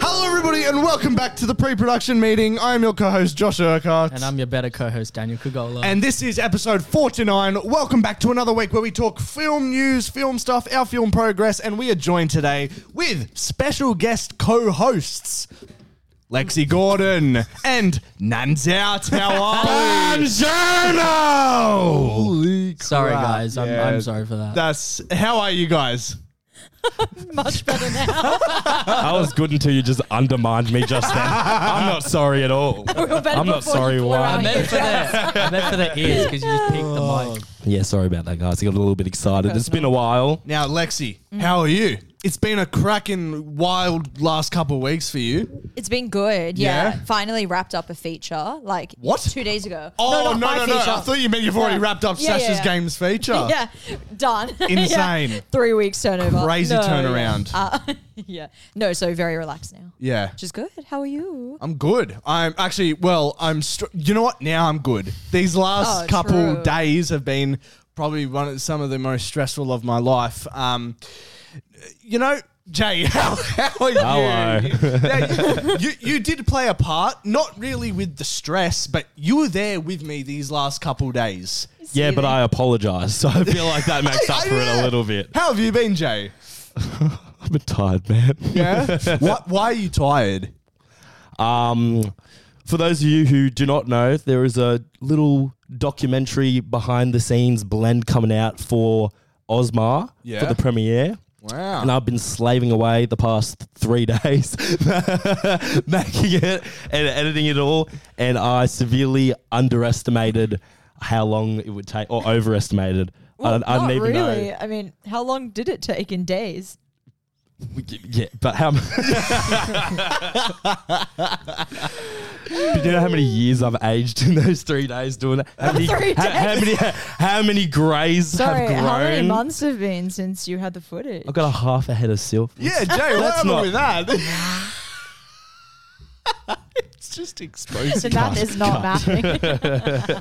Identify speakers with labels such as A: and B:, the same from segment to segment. A: Hello, everybody, and welcome back to the pre-production meeting. I'm your co-host Josh Urquhart,
B: And I'm your better co-host, Daniel Kugola.
A: And this is episode 49. Welcome back to another week where we talk film news, film stuff, our film progress, and we are joined today with special guest co-hosts Lexi Gordon and Nanzao Tawali.
B: sorry,
A: crap,
B: guys. I'm,
A: yeah.
B: I'm sorry for that.
A: That's how are you guys?
C: much better now.
D: I was good until you just undermined me just then. I'm not sorry at all.
C: We were better
D: I'm not
C: before
D: sorry
C: you blew
D: why.
C: our
D: I
B: I meant for their, I meant for their ears because you just peeked the mic.
D: Yeah, sorry about that, guys. I got a little bit excited. It's been a while.
A: Now, Lexi, how are you? It's been a cracking, wild last couple of weeks for you.
C: It's been good. Yeah.
A: Yeah?
C: Finally wrapped up a feature like
A: What?
C: two days ago.
A: Oh,
C: not
A: no,
C: my
A: no, no. I
C: feature.
A: thought you meant you've already
C: No.
A: wrapped up
C: Yeah,
A: Sasha's
C: yeah.
A: Games feature.
C: yeah, done. Yeah.
A: Insane.
C: Three weeks turnover.
A: Crazy
C: No,
A: turnaround.
C: Yeah. Uh, yeah. No, so very relaxed now,
A: Yeah.
C: which is good. How are you?
A: I'm good. I'm actually, well, I'm, str- you know what? Now I'm good. These last
C: Oh,
A: couple
C: true.
A: days have been probably one of some of the most stressful of my life. Um, you know, Jay, how, how are you?
D: Hello.
A: Now, you? You did play a part, not really with the stress, but you were there with me these last couple days.
D: Yeah, but I apologise. So I feel like that makes up for it a little bit.
A: How have you been, Jay?
D: I'm a bit tired, man.
A: Yeah. what, why are you tired?
D: Um, for those of you who do not know, there is a little documentary behind the scenes blend coming out for Osmar
A: Yeah.
D: for the premiere.
A: Wow.
C: Oh.
D: And I've been slaving away the past three days making it and editing it all. And I severely underestimated how long it would take or overestimated. I, I
C: not
D: don't even
C: really.
D: know.
C: I mean, how long did it take in days?
D: We- Yeah, but how? but do you know how many years I've aged in those three days doing that? How many,
C: Three
D: how, how
C: days.
D: many? How many greys
C: Sorry,
D: have grown?
C: how many months have been since you had the footage?
D: I've got a half a head of silk.
A: Yeah, Jay, what happened
D: not-
A: with that? it's just exposed.
C: So that is not mapping.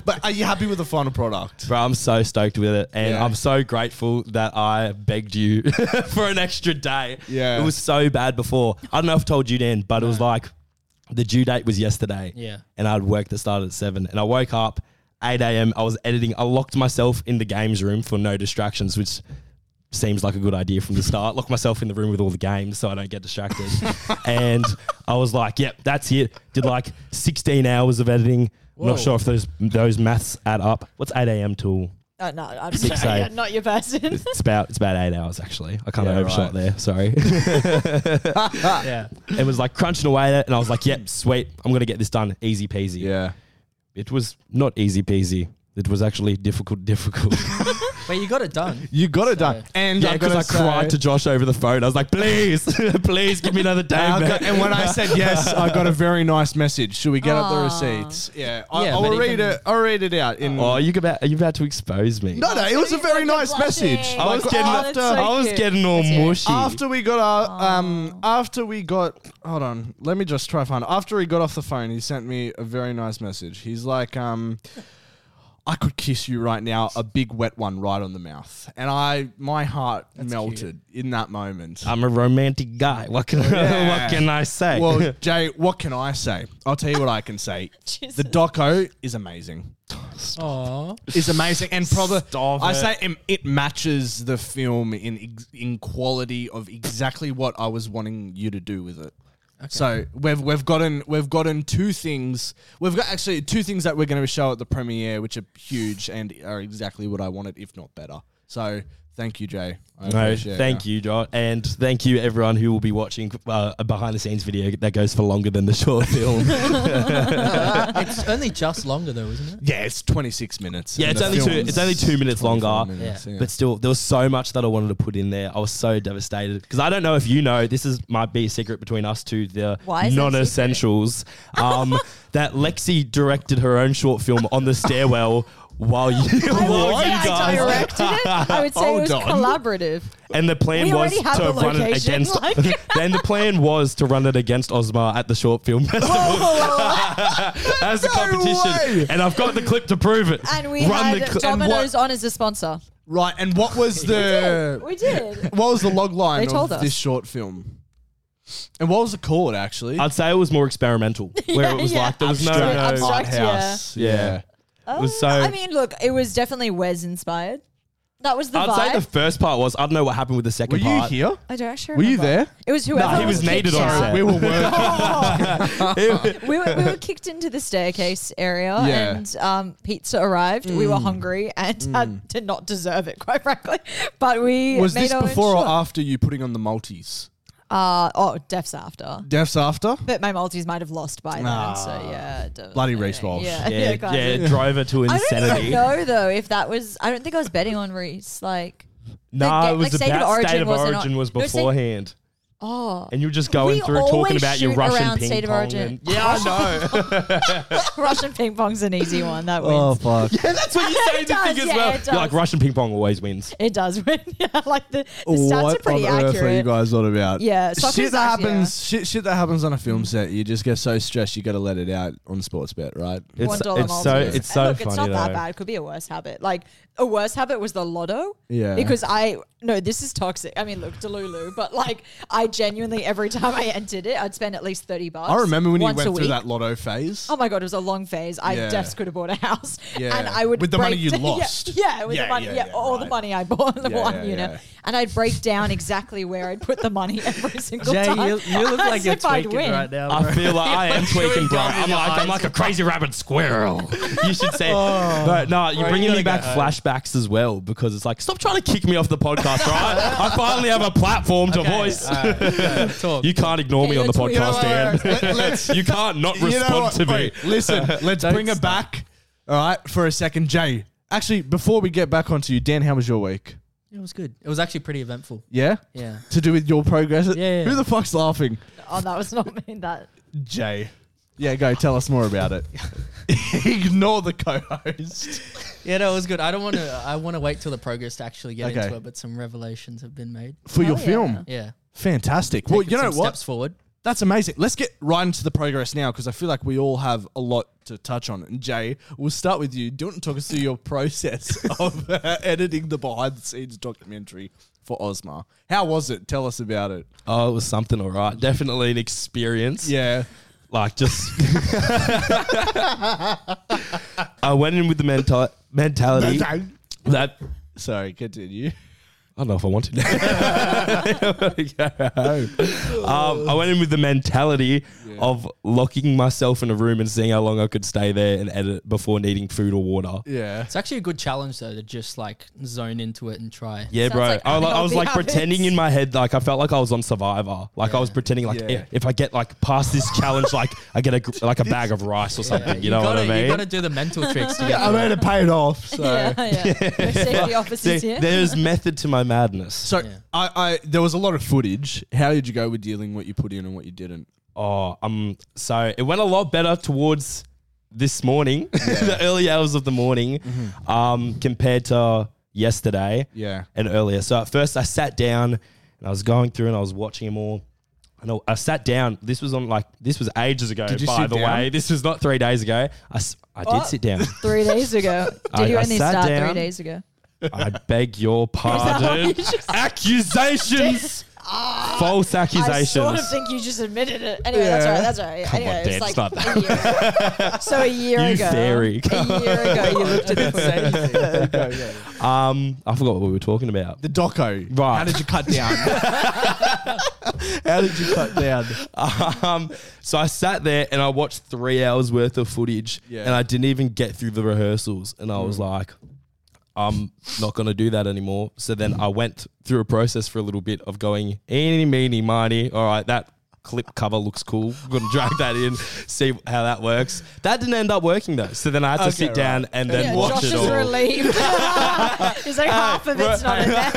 A: But are you happy with the final product?
D: Bro, I'm so stoked with it, and
A: Yeah.
D: I'm so grateful that I begged you for an extra day.
A: Yeah.
D: it was so bad before. I don't know if I told you Dan, but it was like the due date was yesterday.
B: Yeah.
D: and I'd work that started at seven, and I woke up 8 a.m. I was editing. I locked myself in the games room for no distractions, which seems like a good idea from the start. Lock myself in the room with all the games so I don't get distracted. and I was like, yep, that's it. Did like 16 hours of editing.
B: Whoa.
D: Not sure if those those maths add up. What's 8 a.m. till?
C: no, Uh, no, I'm
D: Six
C: sorry,
D: A.
C: you're not your person.
D: It's about it's about eight hours actually. I kind of
A: Yeah, right.
D: overshot there. Sorry.
B: Yeah.
D: it was like crunching away at it, and I was like, yep, sweet. I'm gonna get this done. Easy peasy.
A: Yeah.
D: It was not easy peasy. It was actually difficult, difficult.
B: But you got it done.
A: You got it done.
B: So-
A: And
D: yeah,
A: I've
D: because
A: gotta
D: I cried
A: say-
D: to Josh over the phone. I was like, please, please give me another day.
A: And I
D: man.
A: got- and when I said yes, I got a very nice message. Should we get up the
C: Aw.
A: receipts? Yeah, I,
B: Yeah,
A: I
B: but
A: will
B: it
A: read
B: can-
A: it. I'll read it out. In
D: oh, are you about are you about to expose me?
A: no, no, it was a
C: He's
A: very
C: like a
A: nice
C: blushing.
A: message.
D: I was
A: Like,
D: getting,
C: Oh, that's so
D: I was
C: cute.
D: getting all
C: That's it.
D: mushy.
A: after we got our um after we got hold on let me just try find after he got off the phone he sent me a very nice message he's like um I could kiss you right now a big wet one right on the mouth and I my heart melted in that moment
D: I'm a romantic guy. What can
A: Yeah.
D: what can I say?
A: well Jay what can I say I'll tell you what I can say the doco is amazing
B: Aw.
A: is amazing and probably
D: Stop
A: I
D: it.
A: say it, it matches the film in ex- in quality of exactly what I was wanting you to do with it. So we've we've gotten we've gotten two things we've got actually two things that we're going to show at the premiere which are huge and are exactly what I wanted if not better. So thank you Jay. I
D: No,
A: appreciate
D: thank you, John, and thank you everyone who will be watching uh, a behind-the-scenes video that goes for longer than the short film.
B: it's only just longer though, isn't it?
A: Yeah, it's 26 minutes.
D: Yeah,
A: and
D: it's
A: the
D: only two-
A: film's
D: it's only two minutes
A: 24
D: longer,
A: minutes,
B: Yeah.
A: yeah.
D: But still, there was so much that I wanted to put in there. I was so devastated because I don't know if you know. This is might be a secret between us two, the
C: Why is it a
D: non-essentials. Um, that Lexi directed her own short film on the stairwell while you,
C: I
D: while
C: would
D: you
C: say I
D: guys.
C: directed it. I would say it
A: Hold
C: was
A: on.
C: collaborative.
D: And the plan
C: We
D: was
C: already have
D: to
C: the
D: run it
C: location,
D: against.
C: like-
D: then the plan was to run it against Osmar at the short film festival as a competition,
A: way.
D: and I've got the clip to prove it.
C: And we had
D: cl-
A: and what-
C: Domino's on as a sponsor. Oh,
A: Right, and what was the
C: We did.
A: what was the log line
C: They
A: of
C: told us.
A: this short film? And what was it called actually?
D: I'd say it was more experimental, where it was
C: Yeah,
D: like there was no,
A: Abstract.
D: no
C: Abstract,
D: yeah.
C: Oh,
D: was so-
C: I mean, look, it was definitely Wes inspired. That was the
D: I'd
C: vibe.
D: say the first part was I don't know what happened with the second
A: Were you
D: part.
A: here?
C: I don't actually
A: Were you
C: remember.
A: there?
C: It was whoever.
D: Nah, he was needed
C: kicked
D: on
C: out.
D: set.
A: We were working.
C: we were we were kicked into the staircase area
A: Yeah. Mm.
C: and um, pizza arrived. We were hungry and had, did not deserve it, quite frankly. But we
A: was
C: made
A: this
C: our own
A: before or
C: shot.
A: after you putting on the Maltese?
C: Uh, oh, death's after.
A: Deaths after?
C: But my Maltese might have lost by then, so yeah. d-
A: Ah, Bloody
C: anyway,
A: Reece Walsh.
C: Yeah,
D: yeah,
C: yeah,
D: yeah,
C: classic.
D: drove her to
C: I don't
D: insanity.
C: even know though if that was. I don't think I was betting on Reese. Like,
D: No,
C: The ga-
D: it was
C: like, State of
D: about
C: Origin
D: State of
C: was an-
D: Origin was
C: No, State-
D: beforehand,
C: oh,
D: and you were just going
C: We
D: through talking
C: always
D: about your
C: shoot
D: Russian
C: around
D: ping
C: State of
D: pong
C: Origin.
D: and- yeah, I know.
C: Russian ping pong's an easy one. That wins.
A: Oh, fuck.
D: yeah, that's what you say
C: It
D: to think
C: does,
D: as
C: yeah,
D: well.
C: it
D: You're like
C: does.
D: Russian ping pong always wins.
C: It does win. yeah, like the, the stats are
A: What on
C: pretty
A: earth are you
C: accurate.
A: guys on about?
C: Yeah, soccer's
A: shit that
C: actually-
A: happens. Shit, shit that happens on a film set. You just get so stressed. You got to let it out on sports bet, right?
D: It's,
C: One dollar
D: it's so
C: multis.
D: it's
C: And
D: so
C: look,
D: funny
C: It's not
D: though.
C: that bad. It could be a worse habit. Like a worse habit was the lotto.
A: Yeah.
C: Because I no, this is toxic. I mean, look, Delulu, but like I genuinely every time I entered it, I'd spend at least thirty bucks.
A: I remember when you
C: once
A: went
C: a
A: through
C: week.
A: that lotto phase.
C: Oh my god, it was a long phase. I
A: Yeah.
C: just could have bought a house,
A: Yeah.
C: and I would
A: With the money
C: break
A: you
C: down-
A: lost.
C: Yeah, yeah with
A: Yeah,
C: the money,
A: yeah,
C: yeah,
A: yeah,
C: all the
A: right.
C: money I bought on the
A: Yeah,
C: one
A: yeah,
C: unit,
A: yeah.
C: and I'd break down exactly where I'd put the money every single time. as if I'd win.
E: now.
D: I feel like I am tweaking, bro.
E: gum in
D: I'm
E: your
D: like, I'm
E: eyes.
D: like a crazy rabbit squirrel. You should say, but no, you're
E: Bro,
D: bringing
E: you
D: me back
E: gotta go
D: flashbacks as well because it's like, stop trying to kick me off the podcast, right? I finally have a platform to voice.
E: talk.
D: You can't ignore me
C: Yeah,
D: on the
C: you're tweeting.
D: podcast, Dan.
A: Let's
D: You can't not respond to me.
A: wait, listen, let's bring it back. All right, for a second, Jay. Actually, before we get back onto you, Dan, how was your week?
E: It was good.
B: It was actually pretty eventful.
A: Yeah,
B: Yeah.
A: to do with your progress.
B: yeah.
A: Who the fuck's laughing?
C: Oh, that was not me. That
A: Jay. Yeah, go tell us more about it. Ignore the co-host.
B: Yeah, no, it was good. I don't want to. I want to wait till the progress to actually get
A: Okay.
B: into it, but some revelations have been made.
A: for your
C: Hell yeah.
A: film.
B: Oh, Yeah.
A: Fantastic. Well,
B: Taken
A: you know
B: some
A: what?
B: Steps forward.
A: That's amazing. Let's get right into the progress now because I feel like we all have a lot to touch on. And Jay, we'll start with you. Do you want to talk us through your process of uh, editing the behind the scenes documentary for Ozma? How was it? Tell us about it.
D: Oh, it was something, all right. Definitely an experience.
A: Yeah.
D: Like just I went in with the menta- mentality that I
A: Sorry, continue.
D: don't know if I want to. um, I went in with the mentality of locking myself in a room and seeing how long I could stay there and edit before needing food or water.
A: Yeah.
B: It's actually a good challenge though to just like zone into it and try.
D: Yeah,
C: Sounds
D: bro.
C: like
D: I, I
C: unhealthy
D: was like
C: habits.
D: pretending in my head, like I felt like I was on Survivor. Like I was pretending, like
A: Yeah.
D: if, if I get like past this challenge, like I get a gr- like a bag of rice or something. you, know
B: gotta,
D: what I
B: You
D: mean?
B: gotta do the mental tricks to get.
A: I made it paid off. So.
C: yeah, yeah. The safety
D: See,
C: officers here.
D: there's method to my madness.
A: So
B: Yeah.
A: I, I there was a lot of footage. How did you go with dealing what you put in and what you didn't?
D: Oh, um, so it went a lot better towards this morning, the early hours of the morning,
A: Mm-hmm.
D: um, compared to yesterday.
A: Yeah.
D: and earlier. So at first I sat down and I was going through and I was watching them all. And I- I sat down. This was on like this was ages ago.
A: Did you
D: by
A: sit
D: the
A: down?
D: way, this was not three days ago. I, s- I did
C: Oh.
D: sit down.
C: three days ago. Did
D: I-
C: you
D: I
C: only
D: sat
C: start
D: down.
C: three days ago?
D: I beg your pardon. accusations,
A: Ah.
D: false
C: I
D: accusations.
C: sort of think you just admitted it. Anyway, that's all right. That's all right.
D: Come
C: anyway,
D: on,
C: it's
D: Dan,
C: like
D: it's not
C: a year. so a year
D: You
C: ago,
D: fairy.
C: a year ago, you looked at the footage.
D: um, I forgot what we were talking about.
A: The doco.
D: Right.
A: How did you cut down? How did you cut down?
D: Um, so I sat there and I watched three hours worth of footage,
A: Yeah. Mm.
D: and I didn't even get through the rehearsals. And I was like, I'm not gonna do that anymore. So then I went through a process for a little bit of going, eeny, meeny, miny. All right, that clip cover looks cool. I'm gonna drag that in, see how that works. That didn't end up working though. So then I had to
A: Okay,
D: sit
A: right.
D: down and then
C: Yeah,
D: watch
C: Josh
D: it
C: is
D: all.
C: relieved. He's like half of it's not in there.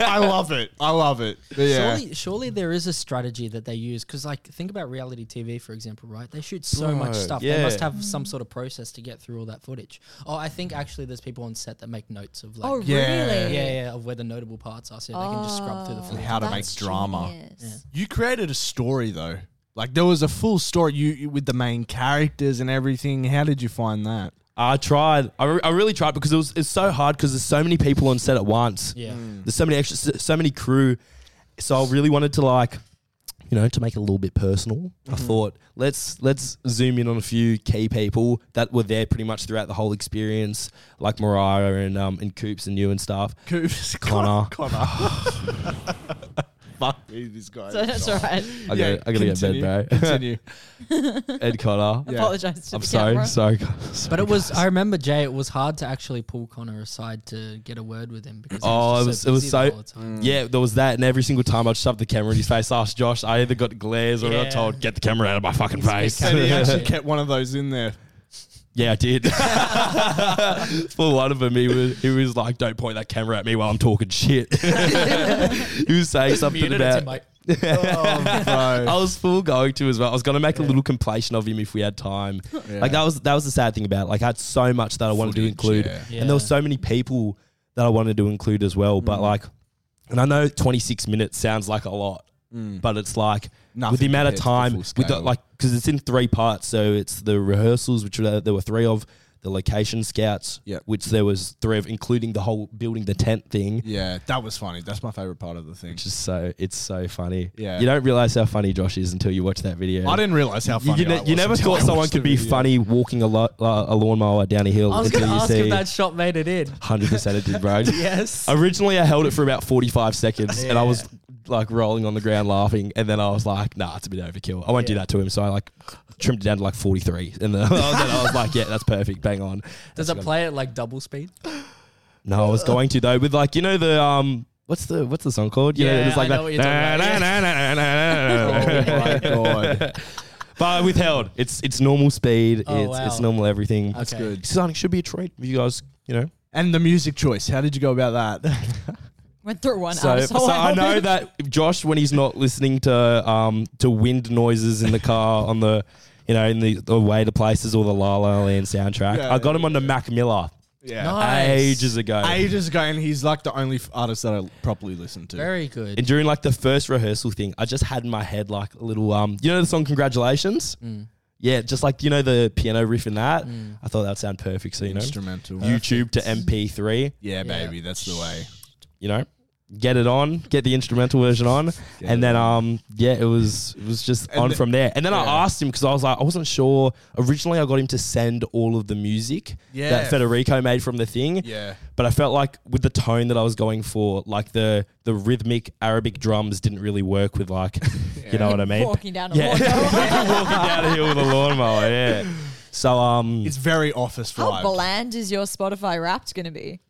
A: I love it. I love it. But yeah.
B: Surely, surely there is a strategy that they use because, like, think about reality TV, for example, right? They shoot so much
D: Bro,
B: stuff.
D: yeah.
B: They must have some sort of process to get through all that footage. Oh, I think actually there's people on set that make notes of like,
C: Oh,
A: Yeah.
C: really?
B: yeah, yeah, of where the notable parts are, so they can just scrub through the
C: Oh,
B: footage.
A: How to make
C: that's
A: drama.
C: genius.
A: You created a story though. Like there was a full story you, you with the main characters and everything. How did you find that?
D: I tried. I, re- I really tried because it was it's so hard because there's so many people on set at once.
A: Mm.
B: Yeah.
D: There's so many extra, so many crew. So I really wanted to like, you you know, to make it a little bit personal, I
A: Mm-hmm.
D: thought let's let's zoom in on a few key people that were there pretty much throughout the whole experience, like Mariah and um and Coops and you and stuff.
A: Coops,
D: Connor.
A: Connor.
D: Fuck,
A: Hey, this guy.
C: So that's all right.
D: I gotta, I gotta get bed, bro.
A: Continue.
D: Ed Connor,
A: Yeah.
C: Apologize to
D: I'm
C: the
D: sorry,
C: camera.
D: sorry.
B: But it was. I remember Jay. It was hard to actually pull Connor aside to get a word with him because. he
D: Oh, it
B: just
D: was- it was
B: busy
D: so-
B: the whole time.
D: Yeah, there was that, and every single time I'd shove the camera in his face, asked Josh, I either got glares or I
B: Yeah.
D: got told, get the camera out of my fucking face.
A: And he actually
B: Yeah.
A: kept one of those in there.
D: yeah, I did. For one of them, he was, he was like, don't point that camera at me while I'm talking shit. he was saying something
B: Muted it to
D: about.
B: Mike.
A: Oh,
D: I
A: bro.
D: was full going to as well. I was gonna make a little compilation of him if we had time. Like that was that was the sad thing about it. like I had so much that I wanted to
A: Footage,
D: include,
A: yeah. Mm.
B: Yeah.
D: and there were so many people that I wanted to include as well. But like, and I know 26 minutes sounds like a lot, but it's like
A: Mm. Nothing
D: with the amount of
A: compared to
D: time,
A: the full
D: with the,
A: scale.
D: like because it's in three parts. So it's the rehearsals, which were, there were three of. The location scouts,
A: Yep.
D: which there was three of, including the whole building the tent thing.
A: Yeah, that was funny. That's my favorite part of the thing.
D: Which is so it's so funny.
A: Yeah.
D: you don't realize how funny Josh is until you watch that video.
A: I didn't realize how
D: You,
A: funny.
D: you, ne-
A: I
D: you
A: was
D: never
A: until
D: thought
A: I
D: someone
A: watched
D: could
A: the
D: be
A: video.
D: funny walking a, lo- uh, a lawnmower down a hill.
B: I was going to
D: until you
B: ask
D: see.
B: if that shot made it in.
D: Hundred percent, it did, bro.
B: Yes.
D: Originally, I held it for about forty-five seconds, and I
B: Yeah.
D: was like rolling on the ground laughing, and then I was like, "Nah, it's a bit overkill. I won't do
B: Yeah.
D: that to him." So I like trimmed it down to like forty-three, and then, then I was like, "Yeah, that's perfect, bang on."
B: Does it play at like double speed?
D: No, I was going to though with like you know the um. What's the what's the song called? You
B: Yeah,
D: know, it's like
B: I know
D: that.
B: what you're talking
A: Oh my god,
D: But withheld, it's it's normal speed.
B: Oh,
D: it's it's
B: wow.
D: normal everything.
B: That's Okay.
A: good.
D: Sonic should be a treat if you guys, you know.
A: And the music choice. How did you go about that?
C: Went through one
D: so, so
C: asshole.
D: I
C: hope.
D: know that Josh, when he's not listening to um to wind noises in the car on the, you know, in the, the way to places or the La La Land soundtrack,
A: Yeah,
D: I got him on the Mac Miller
A: Yeah.
B: Nice.
D: ages ago.
A: Ages ago, and he's like the only f- artist that I properly listen to.
B: Very good.
D: And during like the first rehearsal thing, I just had in my head like a little um, you know the song "Congratulations." Yeah, just like you know the piano riff in that. I thought that would sound perfect. So you know,
A: Instrumental.
D: YouTube to MP3.
A: yeah, baby, that's the way.
D: you know, get it on, get the instrumental version on, and then um, yeah, it was it was just on
A: the-
D: from there. And then
A: yeah.
D: I asked him because I was like, I wasn't sure. Originally, I got him to send all of the music
A: Yeah.
D: that Federico made from the thing.
A: Yeah.
D: But I felt like with the tone that I was going for, like the the rhythmic Arabic drums didn't really work with like, you know what I mean?
C: Walking down a
D: Yeah,
C: lawnmower.
D: walking down a hill with a lawnmower. Yeah. So um,
A: It's very office
C: How
A: vibe.
C: bland is your Spotify Wrapped going to be?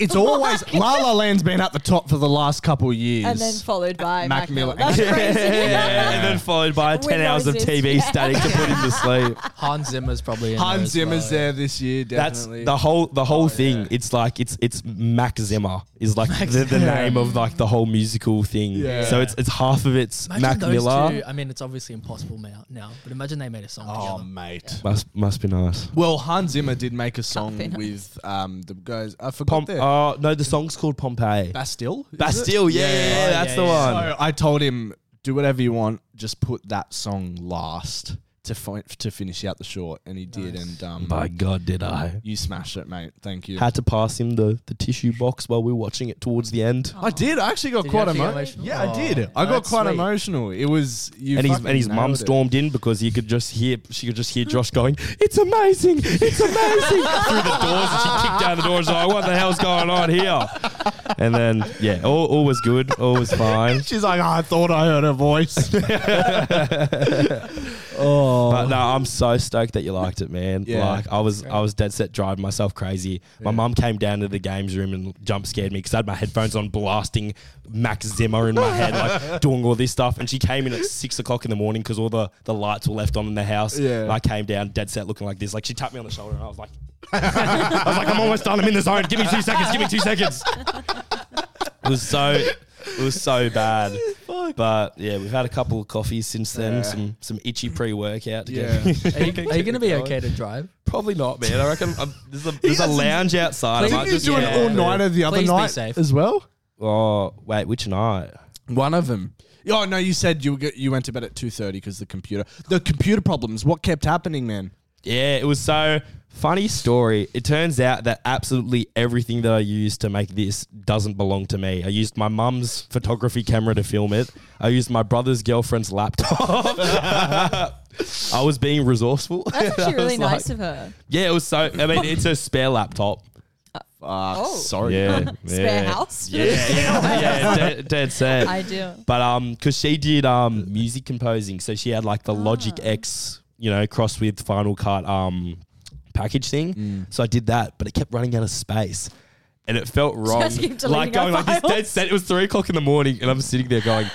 A: It's always La La Land's been at the top for the last couple of years.
C: And then followed by
A: Mac
C: Mac, Miller.
A: Miller.
C: That's crazy.
D: yeah, and then followed by
C: With
D: ten hours of
C: noises.
D: TV static to put him to sleep.
B: Hans Zimmer's probably in
A: Hans
B: there as
A: Zimmer's there this year.
D: That's
A: Definitely.
D: the whole the whole thing.
A: yeah.
D: It's like it's it's Mac Zimmer is like the, the name of like the whole musical thing.
A: Yeah.
D: So it's it's half of it's
B: Well. Imagine
D: Mac
B: those
D: Miller.
B: Two, I mean, it's obviously impossible now, now, but imagine they made a song
A: oh,
B: together.
A: mate.
D: Must must be nice.
A: Well, Hans Zimmer did make a song
C: Something.
A: with um, the guys. I forgot
D: Pom-
A: their
D: uh, no, the song's called Pompeii.
A: Bastille. is it?
D: Bastille, yeah, yeah, yeah,
B: yeah,
D: that's
B: yeah,
D: the
B: yeah.
D: one.
A: So I told him, do whatever you want, just put that song last to fi- to finish out the short, and he did. And um,
D: My God, did I?
A: you smashed it, mate. Thank you.
D: Had to pass him the, the tissue box while we were watching it towards the end.
A: I did. I actually got
B: Did you
A: quite
B: actually get
A: emo-
B: emotional?
A: Yeah, I
B: Oh,
A: did. I got
B: that's
A: quite
B: sweet.
A: emotional. It was you
D: and his
A: fucking
D: and his mum
A: nailed it.
D: stormed in because he could just hear she could just hear Josh going, "It's amazing! It's amazing!" through the doors, and she kicked down the doors. Like, what the hell's going on here? And then yeah, all, all was good, all was fine.
A: She's like, "Oh, I thought I heard her voice. oh,
D: But no, I'm so stoked that you liked it, man.
A: Yeah.
D: Like I was, I was dead set driving myself crazy. My mum came down to the games room and jump scared me because I had my headphones on, blasting Max Zimmer in my head, like doing all this stuff. And she came in at six o'clock in the morning because all the the lights were left on in the house.
A: Yeah.
D: And I came down dead set looking like this. Like she tapped me on the shoulder and I was like, I was like, I'm almost done. I'm in the zone. Give me two seconds. Give me two seconds. It was so, it was so bad. But yeah, we've had a couple of coffees since then.
A: Yeah.
D: Some some itchy pre workout.
A: yeah.
B: Are you, going to be okay to drive?
D: Probably not, man. I reckon i there's a, there's a
A: hasn't-
D: lounge outside. I
B: Didn't
D: might
B: you
D: just-
B: do an
D: yeah.
A: all-nighter the
B: Please be safe.
A: as well.
D: Oh wait, which night?
A: One of them. Oh no, you said you were go- you went to bed at two thirty because the computer, the computer problems. What kept happening, man?
D: Yeah, it was so Funny story. It turns out that absolutely everything that I used to make this doesn't belong to me. I used my mum's photography camera to film it. I used my brother's girlfriend's laptop. I was being resourceful.
C: That's
D: I
C: actually really
D: was like-
C: nice of her.
D: Yeah, it was so. I mean, it's a spare laptop.
A: Ah,
C: Oh.
A: sorry.
C: Spare house?
D: Yeah, yeah, yeah dead, dead set.
C: I do.
D: But um, because she did um music composing, so she had like
C: Ah.
D: the Logic X, you know, crossed with Final Cut um package thing.
A: Mm.
D: So I did that, but it kept running out of space. And it felt wrong.
C: Just keep deleting
D: like going
C: our
D: like this dead
C: files.
D: set. It was three o'clock in the morning, and I'm sitting there going,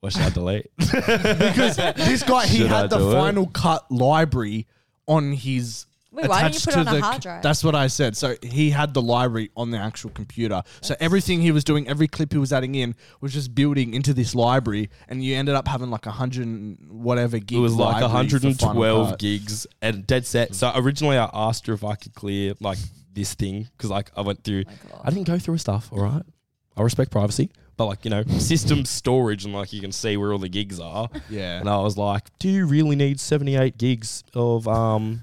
D: "What should I delete?"
A: This guy, he
D: Should I
A: had the
D: do it?
A: Final Cut library on his.
C: Wait, why didn't you
A: attached
C: put it
A: to
C: on a
A: the
C: hard
A: c-
C: drive?
A: That's what I said. So he had the library on the actual computer. So everything he was doing, every clip he was adding in, was just building into this library, and you ended up having like a hundred and whatever gigs.
D: It was like
A: library for Final
D: 112
A: Cut.
D: gigs and dead set. So originally I asked her if I could clear like this thing because like I went through,
C: Oh God.
D: I didn't go through her stuff. All right, I respect privacy, but like you know, system storage and like you can see where all the gigs are.
A: Yeah.
D: And I was like, do you really need 78 gigs of um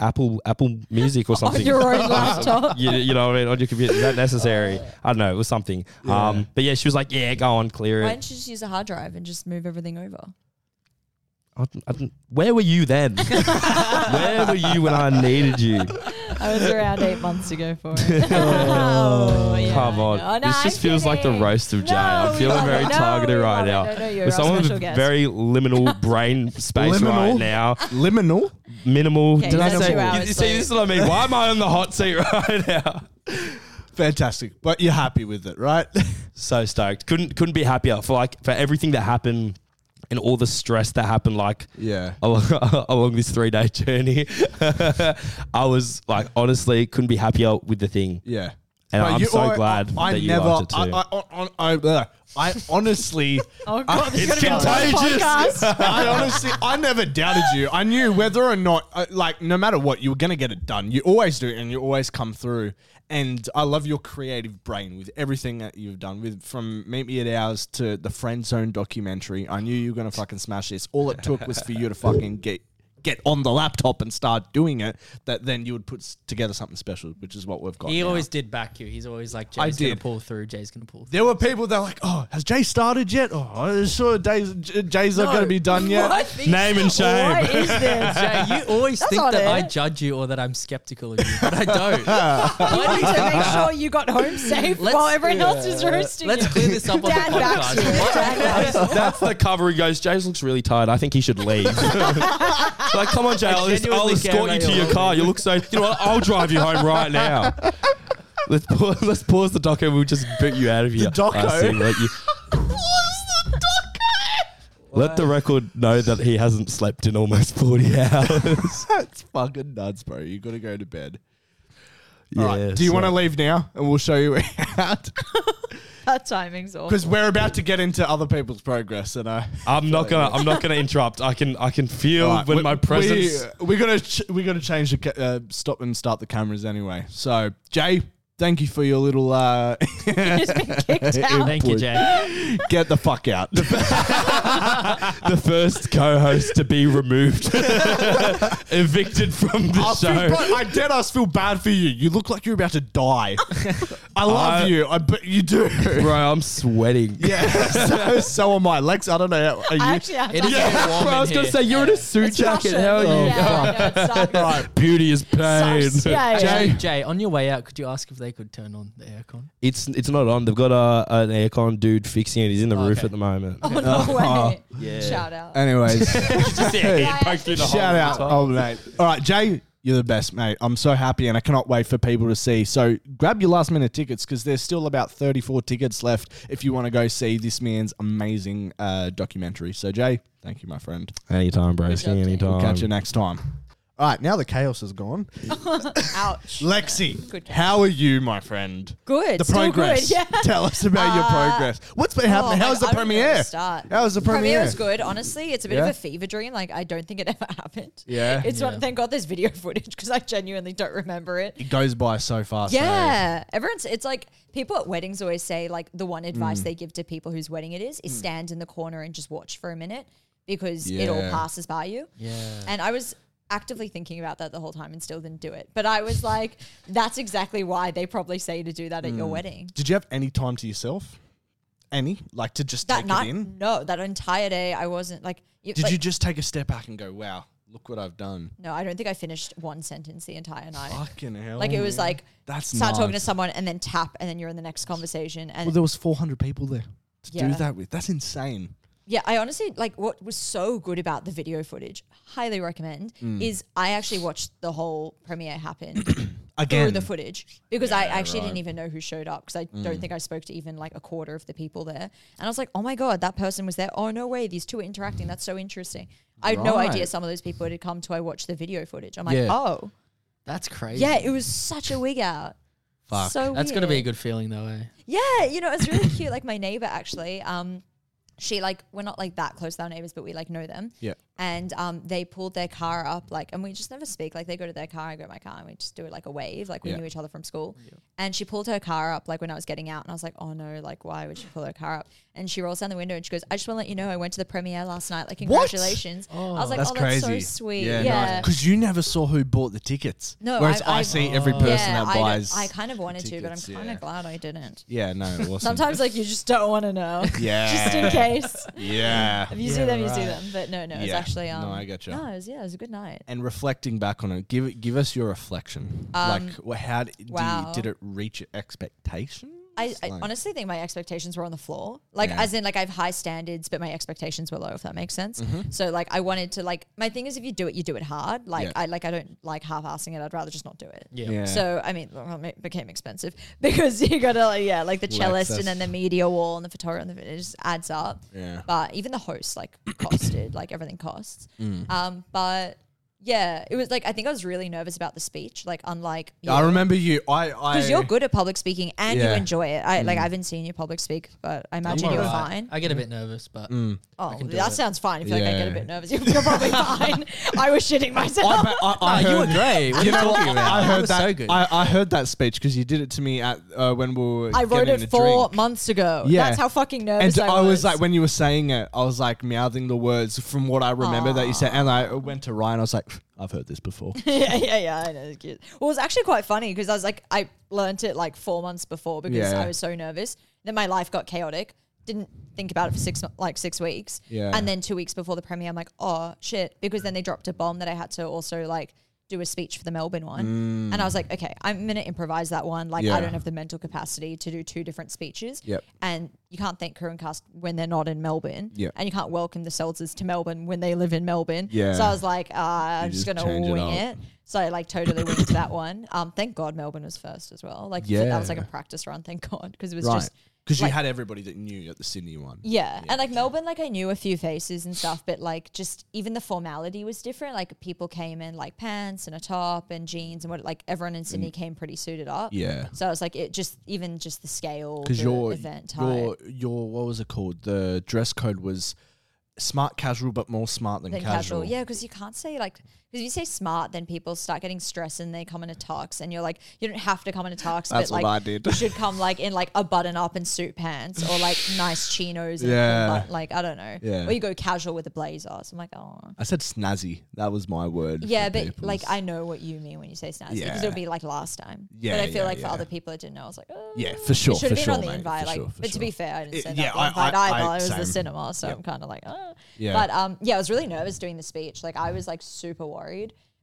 D: Apple Apple Music or
C: On
D: something?
C: your own laptop.
D: you, you know what I mean? On your computer, is that necessary? I don't know. It was something. Um, but yeah, she was like, "Yeah, go on, clear
C: Why
D: it."
C: didn't you just use a hard drive and just move everything over?
D: I didn't- I didn't- where were you then? where were you when I needed you?
C: I was around eight months ago for it. oh, yeah,
D: Come
C: I
D: on.
C: know. No,
D: this
C: I'm
D: just feels like the
C: kidding.
D: roast of Jay. I'm
C: we
D: feeling
C: love
D: very
C: it. No,
D: targeted
C: we
D: right
C: love it.
D: now.
C: No, no, you're
D: With
C: our
D: someone with
C: special guest.
D: very liminal brain space right
A: Liminal?
D: now.
A: Liminal.
D: Minimal.
C: Okay,
D: Did I
A: that's
D: say?
A: two
C: hours
D: You- see,
C: later.
D: this is what I mean. Why am I on the hot seat right now?
A: Fantastic. But you're happy with it, right?
D: So stoked. Couldn't couldn't be happier for like for everything that happened and all the stress that happened. Like
A: yeah.
D: along, along this three day journey, I was like honestly couldn't be happier with the thing.
A: Yeah.
D: And
A: But
D: I'm
A: you-
D: so
A: I-
D: glad
A: I,
D: that you
A: never,
D: liked it too.
A: I, I, I, I, uh, I honestly,
C: Oh, God. this is
D: It's
C: gonna be a long
D: contagious.
C: podcast.
A: I honestly, I never doubted you. I knew whether or not, uh, like, no matter what, you were gonna get it done. You always do, and you always come through. And I love your creative brain with everything that you've done, with from Meet Me at Ours to the Friend Zone documentary. I knew you were gonna fucking smash this. All it took was for you to fucking get get on the laptop and start doing it. That then you would put s- together something special, which is what we've got.
B: He
A: now.
B: always did back you. He's always like,
A: I
B: Jay's going
A: did.
B: to pull through. Jay's going to pull through.
A: There were people that were like, oh, has Jay started yet? Oh, I'm sure Jay's, J- Jay's not going to be done yet.
D: Name and shame.
C: What is this?
B: Jay, you always
C: That's
B: think
C: not
B: that I
C: it.
B: judge you or that I'm skeptical of you, but I don't.
C: You wanted to make sure you got home safe
B: Let's-
C: while everyone else was roasting
B: Let's
C: you.
B: clear this up on
C: Dad
B: the
C: backs you.
B: podcast.
C: Dad backs
D: That's the cover. He goes, James looks really tired. I think he should leave. like, come on, Jay. I'll, just- I'll
B: genuinely
D: escort
B: care
D: you
B: about
D: to
B: your
D: your car. You look so. You know what? I'll drive you home right now. Let's pause, let's pause the doco. We'll just boot you out of here.
A: doco?
D: I see, let, you- let the record know that he hasn't slept in almost 40 hours.
A: That's fucking nuts, bro. You got to go to bed. All right,
D: Yeah,
A: Do you
D: so-
A: want to leave now and we'll show you out?
C: That timing's awful.
A: Because we're about to get into other people's progress. And I.
D: I'm not gonna. I'm not gonna interrupt. I can. I can feel
A: All right,
D: when
A: we-
D: my presence.
A: We, are gonna ch- we're gonna change the ca- uh, stop and start the cameras anyway. So Jay, thank you for your little uh,
C: He's been kicked out.
B: Thank you, Jay.
A: get the fuck out.
D: the first co-host to be removed, evicted from the
A: I,
D: show.
A: feel, bro, I dead ass feel bad for you. You look like you're about to die. I love
D: I-
A: you. I bet you do.
D: Bro, I'm sweating.
A: Yeah, so, so am I. Lex, I don't know. How, are you?
C: I actually have
B: It
C: to
B: is
C: yeah.
B: a bit warm
D: Bro, I
B: in
D: was
B: here.
D: gonna say you're in a suit jacket. How are you?
C: Yeah, no, it sucks.
A: Right.
D: Beauty is pain.
C: Sucks. Yeah, yeah.
B: Jay, Jay, on your way out, could you ask if they could turn on the aircon?
D: It's it's not on. They've got a an aircon dude fixing it. He's in the
B: Oh,
D: roof
B: okay.
D: at the moment.
C: Oh, no
D: Uh-huh.
C: way.
D: Yeah.
C: Shout out.
A: Anyways,
D: Just the air
C: Yeah,
D: poked through the hole
A: shout
D: the
A: out,
D: top.
A: oh mate. All right, Jay, you're the best, mate. I'm so happy, and I cannot wait for people to see. So grab your last minute tickets because there's still about 34 tickets left if you want to go see this man's amazing uh, documentary. So Jay, thank you, my friend.
D: Anytime, bro. See Oh. you
C: Jay.
D: anytime.
A: We'll catch you next time. All right, now the chaos is gone.
C: Ouch.
A: Lexi,
C: Good.
A: how are you, my friend?
C: Good.
A: The
C: still
A: progress.
C: Good. Yeah.
A: Tell us about your
C: Uh,
A: progress. What's been happening?
C: Oh,
A: How was the
C: like, I don't even know where
A: premiere?
C: to Start.
A: How was the
C: Premiere
A: premiere?
C: was good, honestly. It's a bit
A: Yeah?
C: of a fever dream. Like I don't think it ever happened.
A: Yeah.
C: It's
B: Yeah.
C: not thank God there's video footage because I genuinely don't remember it.
A: It goes by so fast. eh?
C: Yeah. Everyone's it's like people at weddings always say like the one
A: Mm.
C: advice they give to people whose wedding it is is stand in the corner and just watch for a minute because it all
A: Yeah.
C: passes by you.
B: Yeah.
C: And I was actively thinking about that the whole time and still didn't do it. But I was like, that's exactly why they probably say to do that at your
A: Mm.
C: wedding.
A: Did you have any time to yourself? Any? Like to just
C: That
A: take
C: night,
A: it in?
C: no, that entire day, I wasn't like. it-
A: Did
C: like-
A: you just take a step back and go, wow, look what I've done?
C: No, I don't think I finished one sentence the entire night.
A: Fucking hell.
C: Like it was
A: man.
C: like
A: That's
C: start talking to
A: nuts.
C: someone and then tap and then you're in the next conversation and
A: Well, there was 400 people there to do
C: Yeah.
A: that with. That's insane.
C: yeah I honestly like what was so good about the video footage highly recommend
A: Mm. Hmm.
C: is I actually watched the whole premiere happen through
A: Again,
C: the footage because I actually
A: right. Hmm.
C: didn't even know who showed up because I don't think I spoke to even like a quarter of the people there and I was like oh my god that person was there oh no way these two are interacting that's so interesting I had no idea
A: Right.
C: some of those people had come to I watched the video footage I'm like
A: Yeah.
C: oh
B: That's crazy.
C: yeah it was such a wig out
A: Fuck.
C: so
B: That's
C: weird.
B: gotta be a good feeling though, eh?
C: Yeah, you know, it's really cute. Like my neighbor actually, um, she like we're not like that close to our neighbors, but we like know them.
A: Yeah.
C: And um, they pulled their car up, like, and we just never speak. Like, they go to their car, I go to my car, and we just do it like a wave. Like, we
A: Yeah.
C: knew each other from school. And she pulled her car up, like, when I was getting out, and I was like, oh no, like, why would she pull her car up? And she rolls down the window and she goes, I just want to let you know I went to the premiere last night. Like, congratulations. I was like,
A: that's
C: oh, that's
A: crazy.
C: so sweet.
A: Yeah,
C: Yeah.
A: Because you never saw who bought the tickets.
C: No,
A: whereas
C: I-
A: I,
C: I-
A: see every person
C: Yeah,
A: that
C: I,
A: buys.
C: don't- I kind of wanted to, but I'm
A: tickets,
C: kind of
A: yeah.
C: glad I didn't.
A: yeah, no, awesome.
C: Sometimes, like, you just don't want to know.
A: yeah,
C: Just in case.
A: yeah.
C: If you see
B: Yeah,
C: them, you see
B: right.
C: them. But no, no, it's
A: Yeah.
C: actually um.
A: No, I getcha.
C: No, it was, yeah, it was a good night.
A: And reflecting back on it, give give us your reflection. like, wha- how d- do you-
C: Um, wow.
A: did it reach your expectations?
C: I, I
A: Like-
C: honestly think my expectations were on the floor. Like,
A: Yeah.
C: as in, like, I have high standards, but my expectations were low. If that makes sense.
A: Mm-hmm.
C: So, like, I wanted to like my thing is if you do it, you do it hard. Like,
A: Yeah.
C: I like I don't like half-assing it. I'd rather just not do it.
B: Yeah.
C: So I mean, well, it became expensive because you gotta like, yeah, like the
A: Well,
C: cellist
A: access.
C: and then the media wall and the photographer and the, it just adds up.
A: Yeah.
C: But even the host like costed like everything costs.
A: Mm.
C: Um, but yeah, it was like I think I was really nervous about the speech. Like unlike
A: I remember you. I I
C: because you're good at public speaking and
A: Yeah. Mm.
C: you enjoy it. I like I haven't seen you public speak, but I imagine you're
B: Alright.
C: fine.
B: I get a bit nervous, but
A: Mm.
C: oh,
B: can do
C: that
B: it.
C: sounds fine. I feel like I get
A: Yeah.
C: a bit nervous. You're probably fine. I was shitting myself.
A: I, I, I
E: you
A: heard-
E: agree. What are you talking about?
A: I heard
E: was
A: that.
E: so good.
A: I, I heard that speech because you did it to me at uh, when we were.
C: I wrote
A: getting a
C: it four
A: drink.
C: months ago.
A: Yeah.
C: That's how fucking nervous
A: And
C: I,
A: I
C: was.
A: was like, when you were saying it, I was like mouthing the words from what I remember that you said. And I went to Ryan. I was like, I've heard this before.
C: yeah, yeah, yeah. I know. It's cute. Well, it was actually quite funny because I was like, I learnt it like four months before because
A: Yeah.
C: I was so nervous. Then my life got chaotic. Didn't think about it for six mo- like six weeks.
A: Yeah.
C: And then two weeks before the premiere, I'm like, oh shit, because then they dropped a bomb that I had to also like do a speech for the Melbourne one. And I was like, okay, I'm gonna improvise that one. Like,
A: Mm. Yeah.
C: I don't have the mental capacity to do two different speeches.
A: Yep.
C: And you can't thank crew and cast when they're not in Melbourne.
A: Yep.
C: And you can't welcome the Seltzers to Melbourne when they live in Melbourne.
A: Yeah.
C: So I was like, ah, I'm
A: just
C: just gonna
A: change it
C: wing
A: up.
C: it. So I like totally winged that one. Um, thank God Melbourne was first as well. Like so that was like a
A: Yeah.
C: practice run. Thank God because it was
A: right.
C: just
A: Because
C: like-
A: you had everybody that knew at the Sydney one.
C: yeah. And like Melbourne, like I knew a few faces and stuff, but like just even the formality was different. Like people came in like pants and a top and jeans and what like everyone in Sydney came pretty suited up.
A: Mm. Yeah.
C: So I was like, it just even just the scale, the
A: Because your,
C: event type.
A: your, your, what was it called? The dress code was smart casual, but more smart than,
C: than
A: casual.
C: casual. Yeah, because you can't say like because if you say smart, then people start getting stressed and they come in a tux, and you're like, you don't have to come in a tux,
A: That's
C: but like
A: what I did.
C: you should come like in like a button up and suit pants or like nice chinos. And
A: Yeah.
C: yeah, button, like I don't know.
A: Yeah.
C: or you go casual with a blazer. So I'm like, oh.
A: I said snazzy. That was my word.
C: Yeah,
A: for
C: but
A: people's-
C: like I know what you mean when you say snazzy because
A: Yeah.
C: it'll be like last time.
A: Yeah,
C: but I feel
A: yeah,
C: like
A: yeah.
C: for other people that didn't know, I was like, oh.
A: Yeah, for sure.
C: It
A: for
C: should have been
A: sure,
C: on the
A: mate,
C: invite,
A: for
C: like,
A: sure, for
C: but to be
A: sure.
C: fair, I didn't
A: It-
C: send
A: yeah,
C: out the
A: I-
C: invite
A: I-
C: either.
A: I-
C: it was
A: same.
C: the cinema, so I'm kind of like, ah.
A: Yeah.
C: But um, yeah, I was really nervous doing the speech. Like, I was like super worried.